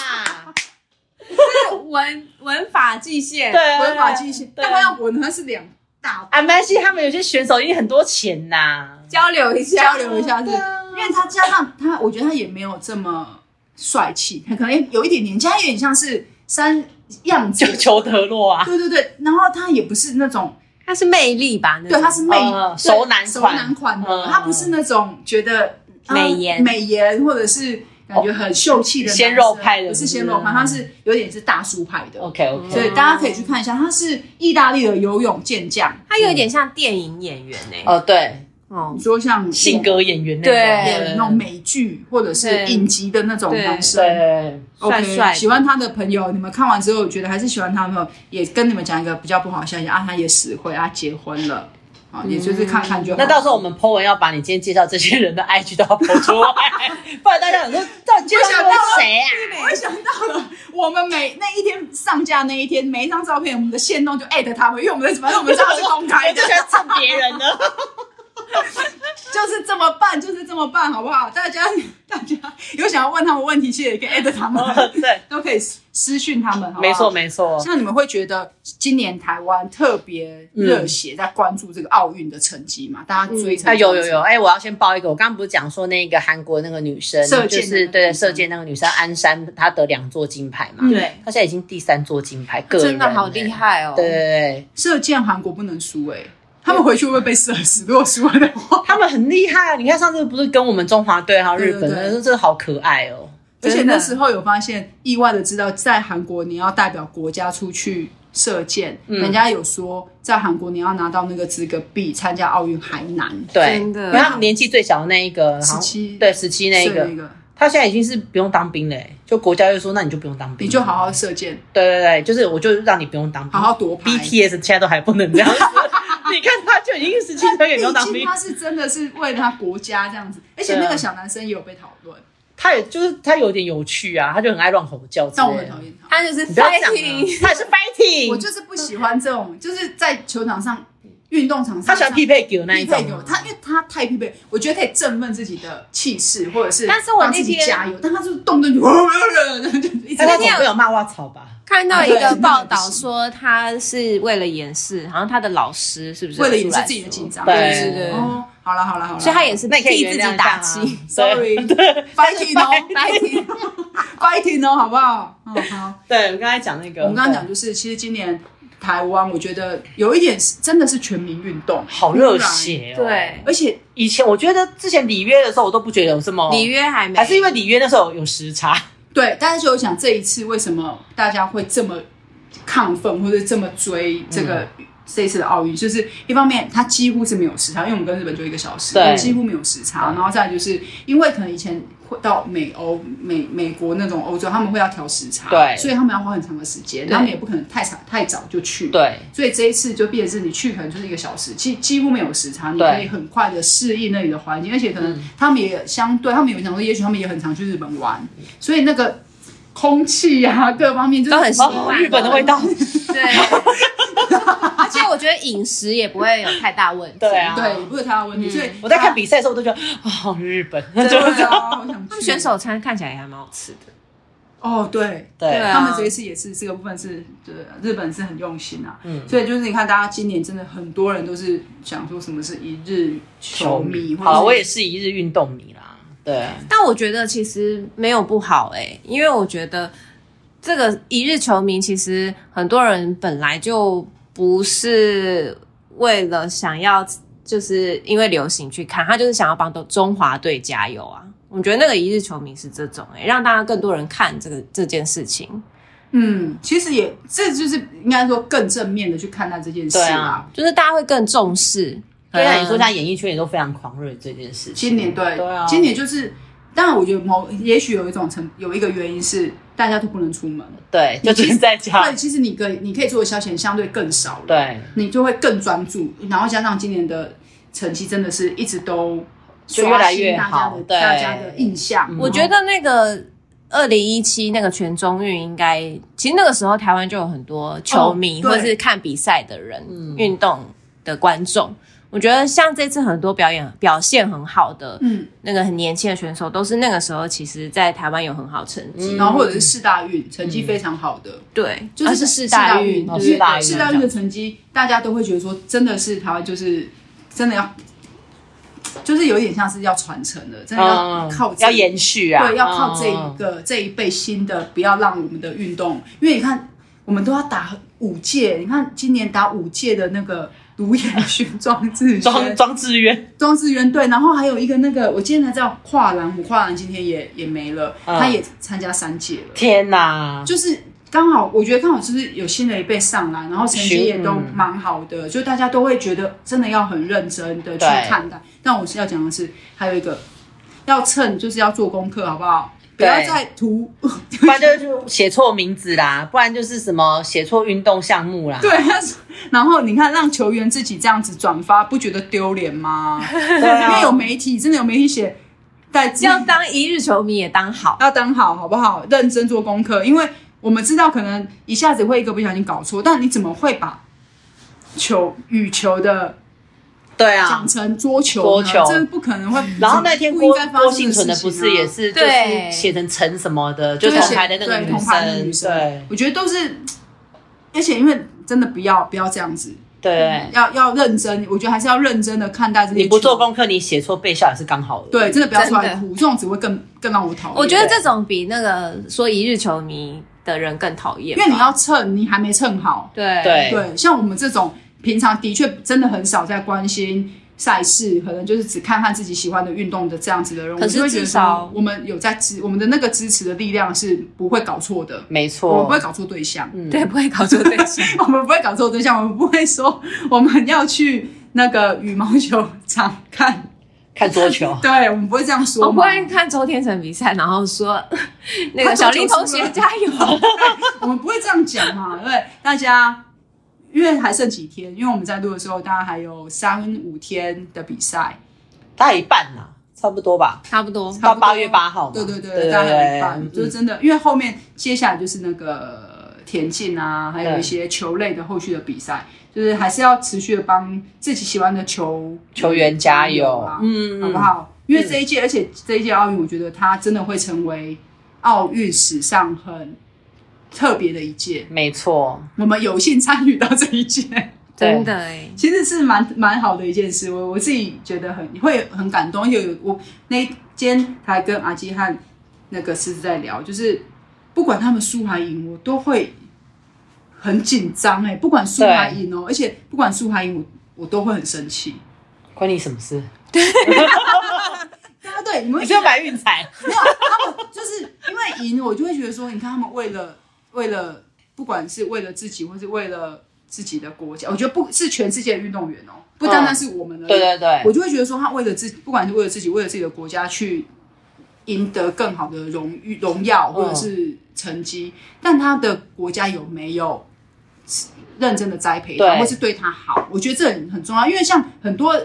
Speaker 3: 文文法界限，
Speaker 1: 对，啊，
Speaker 2: 文法界限，
Speaker 1: 对啊
Speaker 2: 但他要文他是两大
Speaker 1: 啊，没关系，他们有些选手一定很多钱呐、
Speaker 3: 交流一下，
Speaker 2: 交流一下是，
Speaker 1: 啊
Speaker 2: 因为他加上他，我觉得他也没有这么帅气，他可能有一点年纪，他有点像是三样子
Speaker 1: 就，裘德洛啊，
Speaker 2: 对对对，然后他也不是那种
Speaker 3: 他是魅力吧？那种
Speaker 2: 对，他是媚
Speaker 1: 嗯
Speaker 2: 对
Speaker 1: 熟男款
Speaker 2: 熟男款的，
Speaker 1: 嗯
Speaker 2: 他不是那种觉得啊
Speaker 3: 美颜
Speaker 2: 美颜或者是感觉很秀气的男生
Speaker 1: 鲜肉派的
Speaker 2: 不是鲜肉派，
Speaker 1: 嗯哦
Speaker 2: 他是有点是大叔派的。
Speaker 1: OK OK，
Speaker 2: 所以大家可以去看一下，他是意大利的游泳健将，
Speaker 3: 他有点像电影演员哎、
Speaker 1: 哦对，
Speaker 3: 哦
Speaker 2: 你，说像
Speaker 1: 性格演员那种，
Speaker 3: 对
Speaker 2: 演那种美剧或者是影集的那种
Speaker 3: 对
Speaker 2: 男生。
Speaker 1: 对，
Speaker 2: OK，
Speaker 3: 帅帅的
Speaker 2: 喜欢他的朋友，你们看完之后觉得还是喜欢他的朋友，也跟你们讲一个比较不好的消息啊，他也死灰啊，结婚了，啊，也就是看看就好。
Speaker 1: 那到时候我们 po 文要把你今天介绍这些人的 IG 都要 po 出来，不然大家想说到底介绍的是谁啊？
Speaker 2: 我想到了，我们每那一天上架那一天，每一张照片，我们的线动就艾特他们，因为我们的反正我们的账号是公开
Speaker 1: 我
Speaker 2: 的
Speaker 1: 就，喜欢蹭别人的，
Speaker 2: 就是这么办，就是这么办，好不好？大家大家有想要问他们问题，其实也可以艾特他们，
Speaker 1: 对，
Speaker 2: 都可以私私讯他哦们，好不好
Speaker 1: 哦
Speaker 2: 啊
Speaker 1: 没错。没错，嗯
Speaker 2: 像你们会觉得今年台湾特别热血，在关注这个奥运的成绩嘛？大家追成
Speaker 1: 啊，
Speaker 2: 这样
Speaker 1: 有
Speaker 2: 子
Speaker 1: 有有，哎、我要先报一个，我刚刚不是讲说那个韩国那个女生，
Speaker 2: 射
Speaker 1: 就
Speaker 2: 箭的那
Speaker 1: 是
Speaker 2: 个
Speaker 1: 对
Speaker 2: 女生
Speaker 1: 射箭那个女生安山，她得两座金牌嘛，
Speaker 2: 嗯
Speaker 3: 对，
Speaker 1: 她现在已经第三座金牌，个人
Speaker 3: 真的好厉、害哦
Speaker 1: 欸，。对对对，
Speaker 2: 射箭，韩国不能输哎、他们回去会不会被射死？如果输了的话，
Speaker 1: 他们很厉害，你看上次不是跟我们中华队还有日本，
Speaker 2: 对对对
Speaker 1: 真的好可爱哦。
Speaker 2: 而且
Speaker 3: 真的
Speaker 2: 那时候有发现，意外的知道，在韩国你要代表国家出去射箭，
Speaker 1: 嗯
Speaker 2: 人家有说在韩国你要拿到那个资格，比参加奥运还难。
Speaker 1: 对，
Speaker 3: 真的
Speaker 1: 因为他们年纪最小的那一个，好像
Speaker 2: 17
Speaker 1: 对十七那一
Speaker 2: 射
Speaker 1: 个
Speaker 2: 那，个，
Speaker 1: 他现在已经是不用当兵嘞、欸就国家就说那你就不用当兵，
Speaker 2: 你就好好射箭，
Speaker 1: 对对对，就是我就让你不用当兵，
Speaker 2: 好好夺 牌。
Speaker 1: BTS 现在都还不能 这样子，你看他就已经十七岁也
Speaker 2: 毕
Speaker 1: 没有当
Speaker 2: 竟
Speaker 1: 兵
Speaker 2: 他，是真的是为了他国家这样子，而且
Speaker 1: 对啊
Speaker 2: 那个小男生也有被讨论，
Speaker 1: 他也就是他有点有趣啊，他就很爱乱吼叫之
Speaker 2: 但我
Speaker 1: 类
Speaker 2: 很讨
Speaker 1: 的。
Speaker 2: 厌他。
Speaker 3: 他就是
Speaker 1: 你不要讲、啊
Speaker 3: fighting，，
Speaker 1: 他也是 fighting，
Speaker 2: 我就是不喜欢这种，就是在球场上、运动场上，
Speaker 1: 他喜欢匹配球那
Speaker 2: 匹
Speaker 1: 一种
Speaker 2: 配有，他因为他太匹配，我觉得可以振奋自己的气势，或者是
Speaker 3: 但是我那
Speaker 2: 让自己
Speaker 3: 天
Speaker 2: 加油，但他就是动不动就就 一直
Speaker 1: 但他
Speaker 2: 在
Speaker 1: 总没有骂我草吧？
Speaker 3: 看到一
Speaker 2: 啊
Speaker 3: 个
Speaker 2: 对
Speaker 3: 报道说他是为了掩饰，好像他的老师是不是
Speaker 2: 为了
Speaker 3: 有
Speaker 2: 掩
Speaker 3: 出来
Speaker 2: 饰自己的紧张，
Speaker 1: 对
Speaker 3: 对对对
Speaker 2: 哦，好了好了好了，
Speaker 3: 说，所以他也是
Speaker 1: 那你可以
Speaker 3: 替
Speaker 1: 原
Speaker 3: 自
Speaker 1: 谅
Speaker 3: 己打气。
Speaker 1: 他啊
Speaker 2: sorry fighting 哦 fighting fighting 哦，好不好？嗯好。
Speaker 1: 对，对我刚才讲那个，
Speaker 2: 我们刚刚讲就是，其实今年台湾，我觉得有一点是真的是全民运动，
Speaker 1: 好热，血哦。
Speaker 3: 对，
Speaker 2: 而且
Speaker 1: 以前我觉得之前里约的时候，我都不觉得有这么
Speaker 3: 里，约还没，
Speaker 1: 哦还是因为里约那时候有时差，
Speaker 2: 对，但是就有想这一次为什么大家会这么亢奋，或者这么追这个、
Speaker 1: 嗯
Speaker 2: 这一次的奥运，就是一方面它几乎是没有时差，因为我们跟日本就一个小时，
Speaker 1: 对
Speaker 2: 几乎没有时差。然后再来就是因为可能以前会到美欧、美美国那种欧洲，他们会要调时差，
Speaker 1: 对
Speaker 2: 所以他们要花很长的时间，
Speaker 3: 对
Speaker 2: 他们也不可能太早太早就去，。
Speaker 1: 对
Speaker 2: 所以这一次就变成是你去可能就是一个小时，几几乎没有时差，你
Speaker 1: 对
Speaker 2: 可以很快的适应那里的环境，而且可能他们也相对，他们有想说，也许他们也很常去日本玩，所以那个空气啊各方面就是
Speaker 3: 都很习
Speaker 1: 哦，
Speaker 3: 惯
Speaker 1: 日本的味道，
Speaker 3: 对，而且我觉得饮食也不会有太大问题。
Speaker 1: 对啊
Speaker 2: 对，不是他的问题。所以
Speaker 1: 我在看比赛的时候，我都觉得哦，日本，
Speaker 2: 对
Speaker 1: 就是这样
Speaker 2: 啊，我想去
Speaker 3: 他们选手餐看起来也还蛮好吃的。
Speaker 2: 哦，对。
Speaker 1: 对
Speaker 3: 对啊
Speaker 2: 他们这一次也是这个部分是，对日本是很用心啊，
Speaker 1: 嗯
Speaker 2: 所以就是你看，大家今年真的很多人都是想说什么是一日球迷，或者
Speaker 1: 好了，我也
Speaker 2: 是
Speaker 1: 是一日运动迷啦。对，
Speaker 3: 但我觉得其实没有不好哎、因为我觉得这个一日球迷其实很多人本来就不是为了想要，就是因为流行去看，他就是想要帮中华队加油啊。我觉得那个一日球迷是这种哎、让大家更多人看这个这件事情。
Speaker 2: 嗯，其实也这就是应该说更正面的去看待这件事
Speaker 1: 对啊
Speaker 2: 啦，
Speaker 3: 就是大家会更重视，嗯
Speaker 1: 对啊，你说像演艺圈也都非常狂热这件事情。
Speaker 2: 今年对，
Speaker 1: 对啊，
Speaker 2: 今年就是，当然我觉得某也许有一种成有一个原因是大家都不能出门，
Speaker 1: 对，就只是在家
Speaker 2: 对，，其实你可以你可以做的消遣相对更少了，，
Speaker 1: 对，
Speaker 2: 你就会更专注，然后加上今年的成绩真的是一直都
Speaker 1: 就越来
Speaker 2: 刷新
Speaker 1: 越
Speaker 2: 大家
Speaker 1: 好
Speaker 2: 的
Speaker 1: 对
Speaker 2: 大家的印象，
Speaker 1: 嗯
Speaker 3: 我觉得那个二零一七那个全中运应该，其实那个时候台湾就有很多球迷、
Speaker 2: 哦对
Speaker 3: 或是看比赛的人
Speaker 1: 嗯，
Speaker 3: 运、动的观众。我觉得像这次很多表演表现很好的、
Speaker 2: 嗯，
Speaker 3: 那个很年轻的选手，都是那个时候其实在台湾有很好成绩。
Speaker 1: 嗯
Speaker 2: 然后或者是四大运成绩非常好的，
Speaker 3: 对，
Speaker 2: 就
Speaker 3: 啊
Speaker 2: 是
Speaker 3: 世大运，
Speaker 1: 哦
Speaker 2: 对
Speaker 1: 世大运
Speaker 2: 世大运的成绩，大家都会觉得说，真的是台湾就是真的要，就是有点像是要传承的，真的要
Speaker 1: 嗯，
Speaker 2: 靠这
Speaker 1: 要
Speaker 2: 一
Speaker 1: 延续啊，
Speaker 2: 对，要靠这
Speaker 1: 嗯
Speaker 2: 一个这一辈新的，不要让我们的运动，因为你看我们都要打五届，你看今年打五届的那个卢彦勋、庄智
Speaker 1: 装
Speaker 2: 轩、
Speaker 1: 装志愿，
Speaker 2: 庄智渊队，然后还有一个那个，我今天才知道跨栏，我跨栏今天也也没了，
Speaker 1: 嗯
Speaker 2: 他也参加三届了。
Speaker 1: 天哪！
Speaker 2: 就是刚好，我觉得刚好就是有新的一辈上来，然后成绩也都
Speaker 1: 嗯
Speaker 2: 蛮好的，就大家都会觉得真的要很认真的去
Speaker 1: 对
Speaker 2: 看待。但我是要讲的是，还有一个要趁就是要做功课，好不好？不要
Speaker 1: 对
Speaker 2: 再图
Speaker 1: 不然就是写错名字啦，不然就是什么写错运动项目啦。
Speaker 2: 对， 然后你看让球员自己这样子转发，不觉得丢脸吗？
Speaker 1: 对啊
Speaker 2: 因为有媒体真的有媒体写，在这
Speaker 3: 要当一日球迷也当好。
Speaker 2: 要当好，好不好？认真做功课，因为我们知道可能一下子会一个不小心搞错，但你怎么会把球羽球的
Speaker 1: 对啊
Speaker 2: 讲，成桌球呢？
Speaker 1: 桌球
Speaker 2: 这不可能会。
Speaker 1: 然后那天
Speaker 2: 不应
Speaker 1: 郭
Speaker 2: 该发
Speaker 1: 郭
Speaker 2: 生
Speaker 1: 幸
Speaker 2: 的
Speaker 1: 存
Speaker 2: 事
Speaker 1: 的
Speaker 2: 情
Speaker 1: 不
Speaker 2: 啊
Speaker 1: 是也是就
Speaker 3: 对
Speaker 1: 是写成陈什么的，就
Speaker 2: 就是
Speaker 1: 同
Speaker 2: 写
Speaker 1: 台的那个
Speaker 2: 对同牌的
Speaker 1: 女
Speaker 2: 女
Speaker 1: 生，对
Speaker 2: 我觉得都是，而且因为真的不要不要这样子，
Speaker 1: 对，
Speaker 2: 要要认真，我觉得还是要认真的看待这些。
Speaker 1: 你不做，功课，你写错背校也是刚好的。
Speaker 2: 对，真的不要出来
Speaker 3: 真的
Speaker 2: 哭，这种只会更更让我讨厌。
Speaker 3: 我觉得这种比那个说一日球迷的人更讨厌
Speaker 2: 因
Speaker 3: 吧，
Speaker 2: 为你要蹭，你还没蹭好，
Speaker 3: 对
Speaker 1: 对
Speaker 2: 对，像我们这种平常的确真的很少在关心赛事，可能就是只看看自己喜欢的运动的这样子的人，我
Speaker 3: 可是
Speaker 2: 就会觉得
Speaker 3: 至少
Speaker 2: 说我们有在支，我们的那个支持的力量是不会搞错的，
Speaker 1: 没
Speaker 2: 我
Speaker 3: 嗯
Speaker 2: 们
Speaker 1: 错
Speaker 2: 不，会搞错对象，
Speaker 1: 嗯
Speaker 3: 对，不会搞错对象。
Speaker 2: 我们不会搞错对象，我们不会说我们要去那个羽毛球场看，，
Speaker 1: 看桌球
Speaker 2: 对我们不会这样说
Speaker 3: 我哦不
Speaker 2: 嘛，
Speaker 3: 会看周天成比赛，然后说那个小林同学加油。
Speaker 2: 我们不会这样讲嘛，对大家。因为还剩几天，因为我们在录的时候，大概还有三五天的比赛，
Speaker 1: 大概一半啦，差不多吧，
Speaker 3: 差不多，
Speaker 2: 差
Speaker 1: 到
Speaker 2: 不多
Speaker 1: 八月八号嘛。
Speaker 2: 对对对，
Speaker 1: 对
Speaker 2: 大概有一半，
Speaker 1: 嗯
Speaker 2: 就是真的，因为后面接下来就是那个田径啊，还有
Speaker 1: 对
Speaker 2: 一些球类的后续的比赛，就是还是要持续的帮自己喜欢的球
Speaker 1: 球员加油
Speaker 2: 啊，，
Speaker 1: 嗯，
Speaker 2: 好不？好？因为这一届，而且这一届奥运，我觉得它真的会成为奥运史上很特别的一届。
Speaker 1: 嗯没错，
Speaker 2: 我们有幸参与到这一届，
Speaker 1: 对
Speaker 3: 真的哎，
Speaker 2: 其实是蛮蛮好的一件事，我我自己觉得很会很感动，因为有我那一天还跟阿基和那个狮子在聊，就是不管他们输还赢，我都会很紧张哎，不管输还赢哦，而且不管输还赢，我我都会很生气。
Speaker 1: 关你什么事？
Speaker 2: 对啊，对，你们
Speaker 1: 你
Speaker 2: 会
Speaker 1: 是要买运彩？
Speaker 2: 没有他们就是因为赢，我就会觉得说，你看他们为了为了不管是为了自己，或是为了自己的国家，我觉得不是全世界的运动员哦，不单单是我们而已。
Speaker 1: 对对对
Speaker 2: 我就会觉得说，他为了自己，不管是为了自己，为了自己的国家去赢得更好的荣誉、荣耀或者是
Speaker 1: 嗯
Speaker 2: 成绩，但他的国家有没有认真的栽培他，
Speaker 1: 对
Speaker 2: 或是对他好？我觉得这很很重要，因为像很多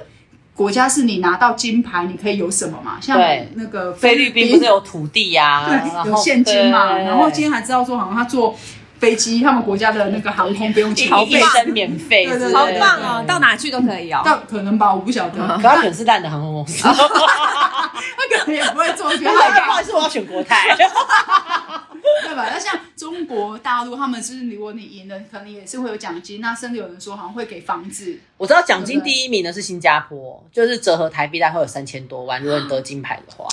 Speaker 2: 国家是你拿到金牌，你可以有什么嘛？像
Speaker 1: 对
Speaker 2: 那个
Speaker 1: 菲律宾不是有土地呀，然
Speaker 2: 对有
Speaker 1: 后
Speaker 2: 现金嘛？
Speaker 1: 对
Speaker 2: 然后今天还知道说，好像他坐飞机，他们国家的那个航空不用钱，
Speaker 1: 一一生免费，
Speaker 2: 对对对
Speaker 3: 好
Speaker 2: 对
Speaker 3: 棒哦，到哪去都可以哦。
Speaker 2: 但可能吧，我不 晓得，
Speaker 1: 可他可能是烂的航空公司。
Speaker 2: 哦他可能也不会 做，觉
Speaker 1: 不
Speaker 2: 得
Speaker 1: 好意思，我要选国泰。
Speaker 2: 对吧？那像中国大陆，他们就是如果你赢了，可能也是会有奖金，那甚至有人说好像会给房子。
Speaker 1: 我知道奖金第一名呢是新加坡，就是折合台币大概会有三千多万，如果你得金牌的话。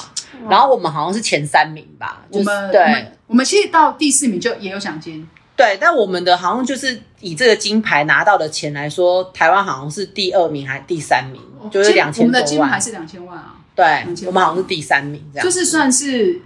Speaker 1: 然后我们好像是前三名吧，就
Speaker 2: 我
Speaker 1: 是
Speaker 2: 们我
Speaker 1: 对
Speaker 2: 们我们其实到第四名就也有奖金，
Speaker 1: 对，但我们的好像就是以这个金牌拿到的钱来说，台湾好像是第二名还是第三名，就是
Speaker 2: 金
Speaker 1: 两
Speaker 2: 哦我
Speaker 1: 千
Speaker 2: 们的
Speaker 1: 多
Speaker 2: 金牌
Speaker 1: 万。
Speaker 2: 是两千万啊，
Speaker 1: 对，
Speaker 2: 2000
Speaker 1: 我们好像是第三名这样。
Speaker 2: 就是算是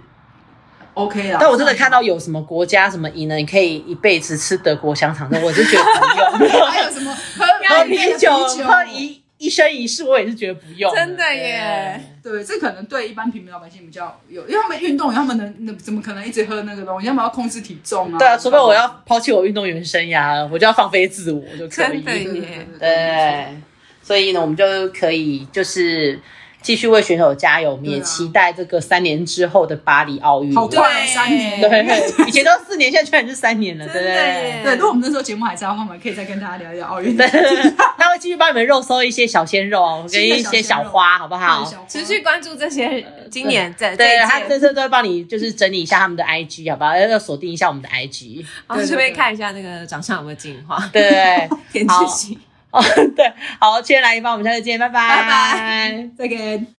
Speaker 2: OK 了。
Speaker 1: 但我真的看到有什么国家什么赢了，你可以一 辈子吃德国香肠的，我就觉得不用。
Speaker 2: 还有什么喝
Speaker 1: 喝
Speaker 2: 里面
Speaker 1: 啤
Speaker 2: 的
Speaker 1: 酒，
Speaker 2: 啤酒
Speaker 1: 喝一一生一世，我也是觉得不用，
Speaker 3: 真的耶
Speaker 2: 对，这可能对一般平民老百姓比较有，因为他们运动，他们能能怎么可能一直喝那个东西？要么要控制体重啊。
Speaker 1: 对。对啊，除非我要抛弃我运动员生涯，我就要放飞自我就可以。
Speaker 3: 真的
Speaker 2: 对对
Speaker 3: 耶
Speaker 2: 对对，
Speaker 1: 对，所以呢，我们就可以就是继续为选手加油，我们
Speaker 2: 对啊
Speaker 1: 也期待这个三年之后的巴黎奥运。
Speaker 2: 好
Speaker 1: 对
Speaker 2: 快哦，三年。
Speaker 1: 对，以前都四年，现在居然是三年了，对
Speaker 3: 真
Speaker 1: 不
Speaker 3: 的
Speaker 1: 对？
Speaker 3: 耶
Speaker 2: 对，如果我们那时候节目还在的话，我们可以再跟大家聊一聊奥运。
Speaker 1: 对， 那会继续帮你们肉搜一些小鲜肉，哦我们跟一些小花，好不好？
Speaker 2: 小花
Speaker 3: 持续关注这些今年这这
Speaker 1: 对，他
Speaker 3: 一
Speaker 1: 这
Speaker 3: 届，
Speaker 1: 次都会帮你，就是整理一下他们的 IG，好不好？要锁定一下我们的 IG。
Speaker 3: 然哦后顺便看一下那个长相有没有进化，
Speaker 1: 对，
Speaker 3: 天
Speaker 1: 好
Speaker 3: 气型。
Speaker 1: 哦，对，好，谢谢来一帮，我们下次见，拜拜，
Speaker 3: 拜
Speaker 1: 拜。
Speaker 2: 再见。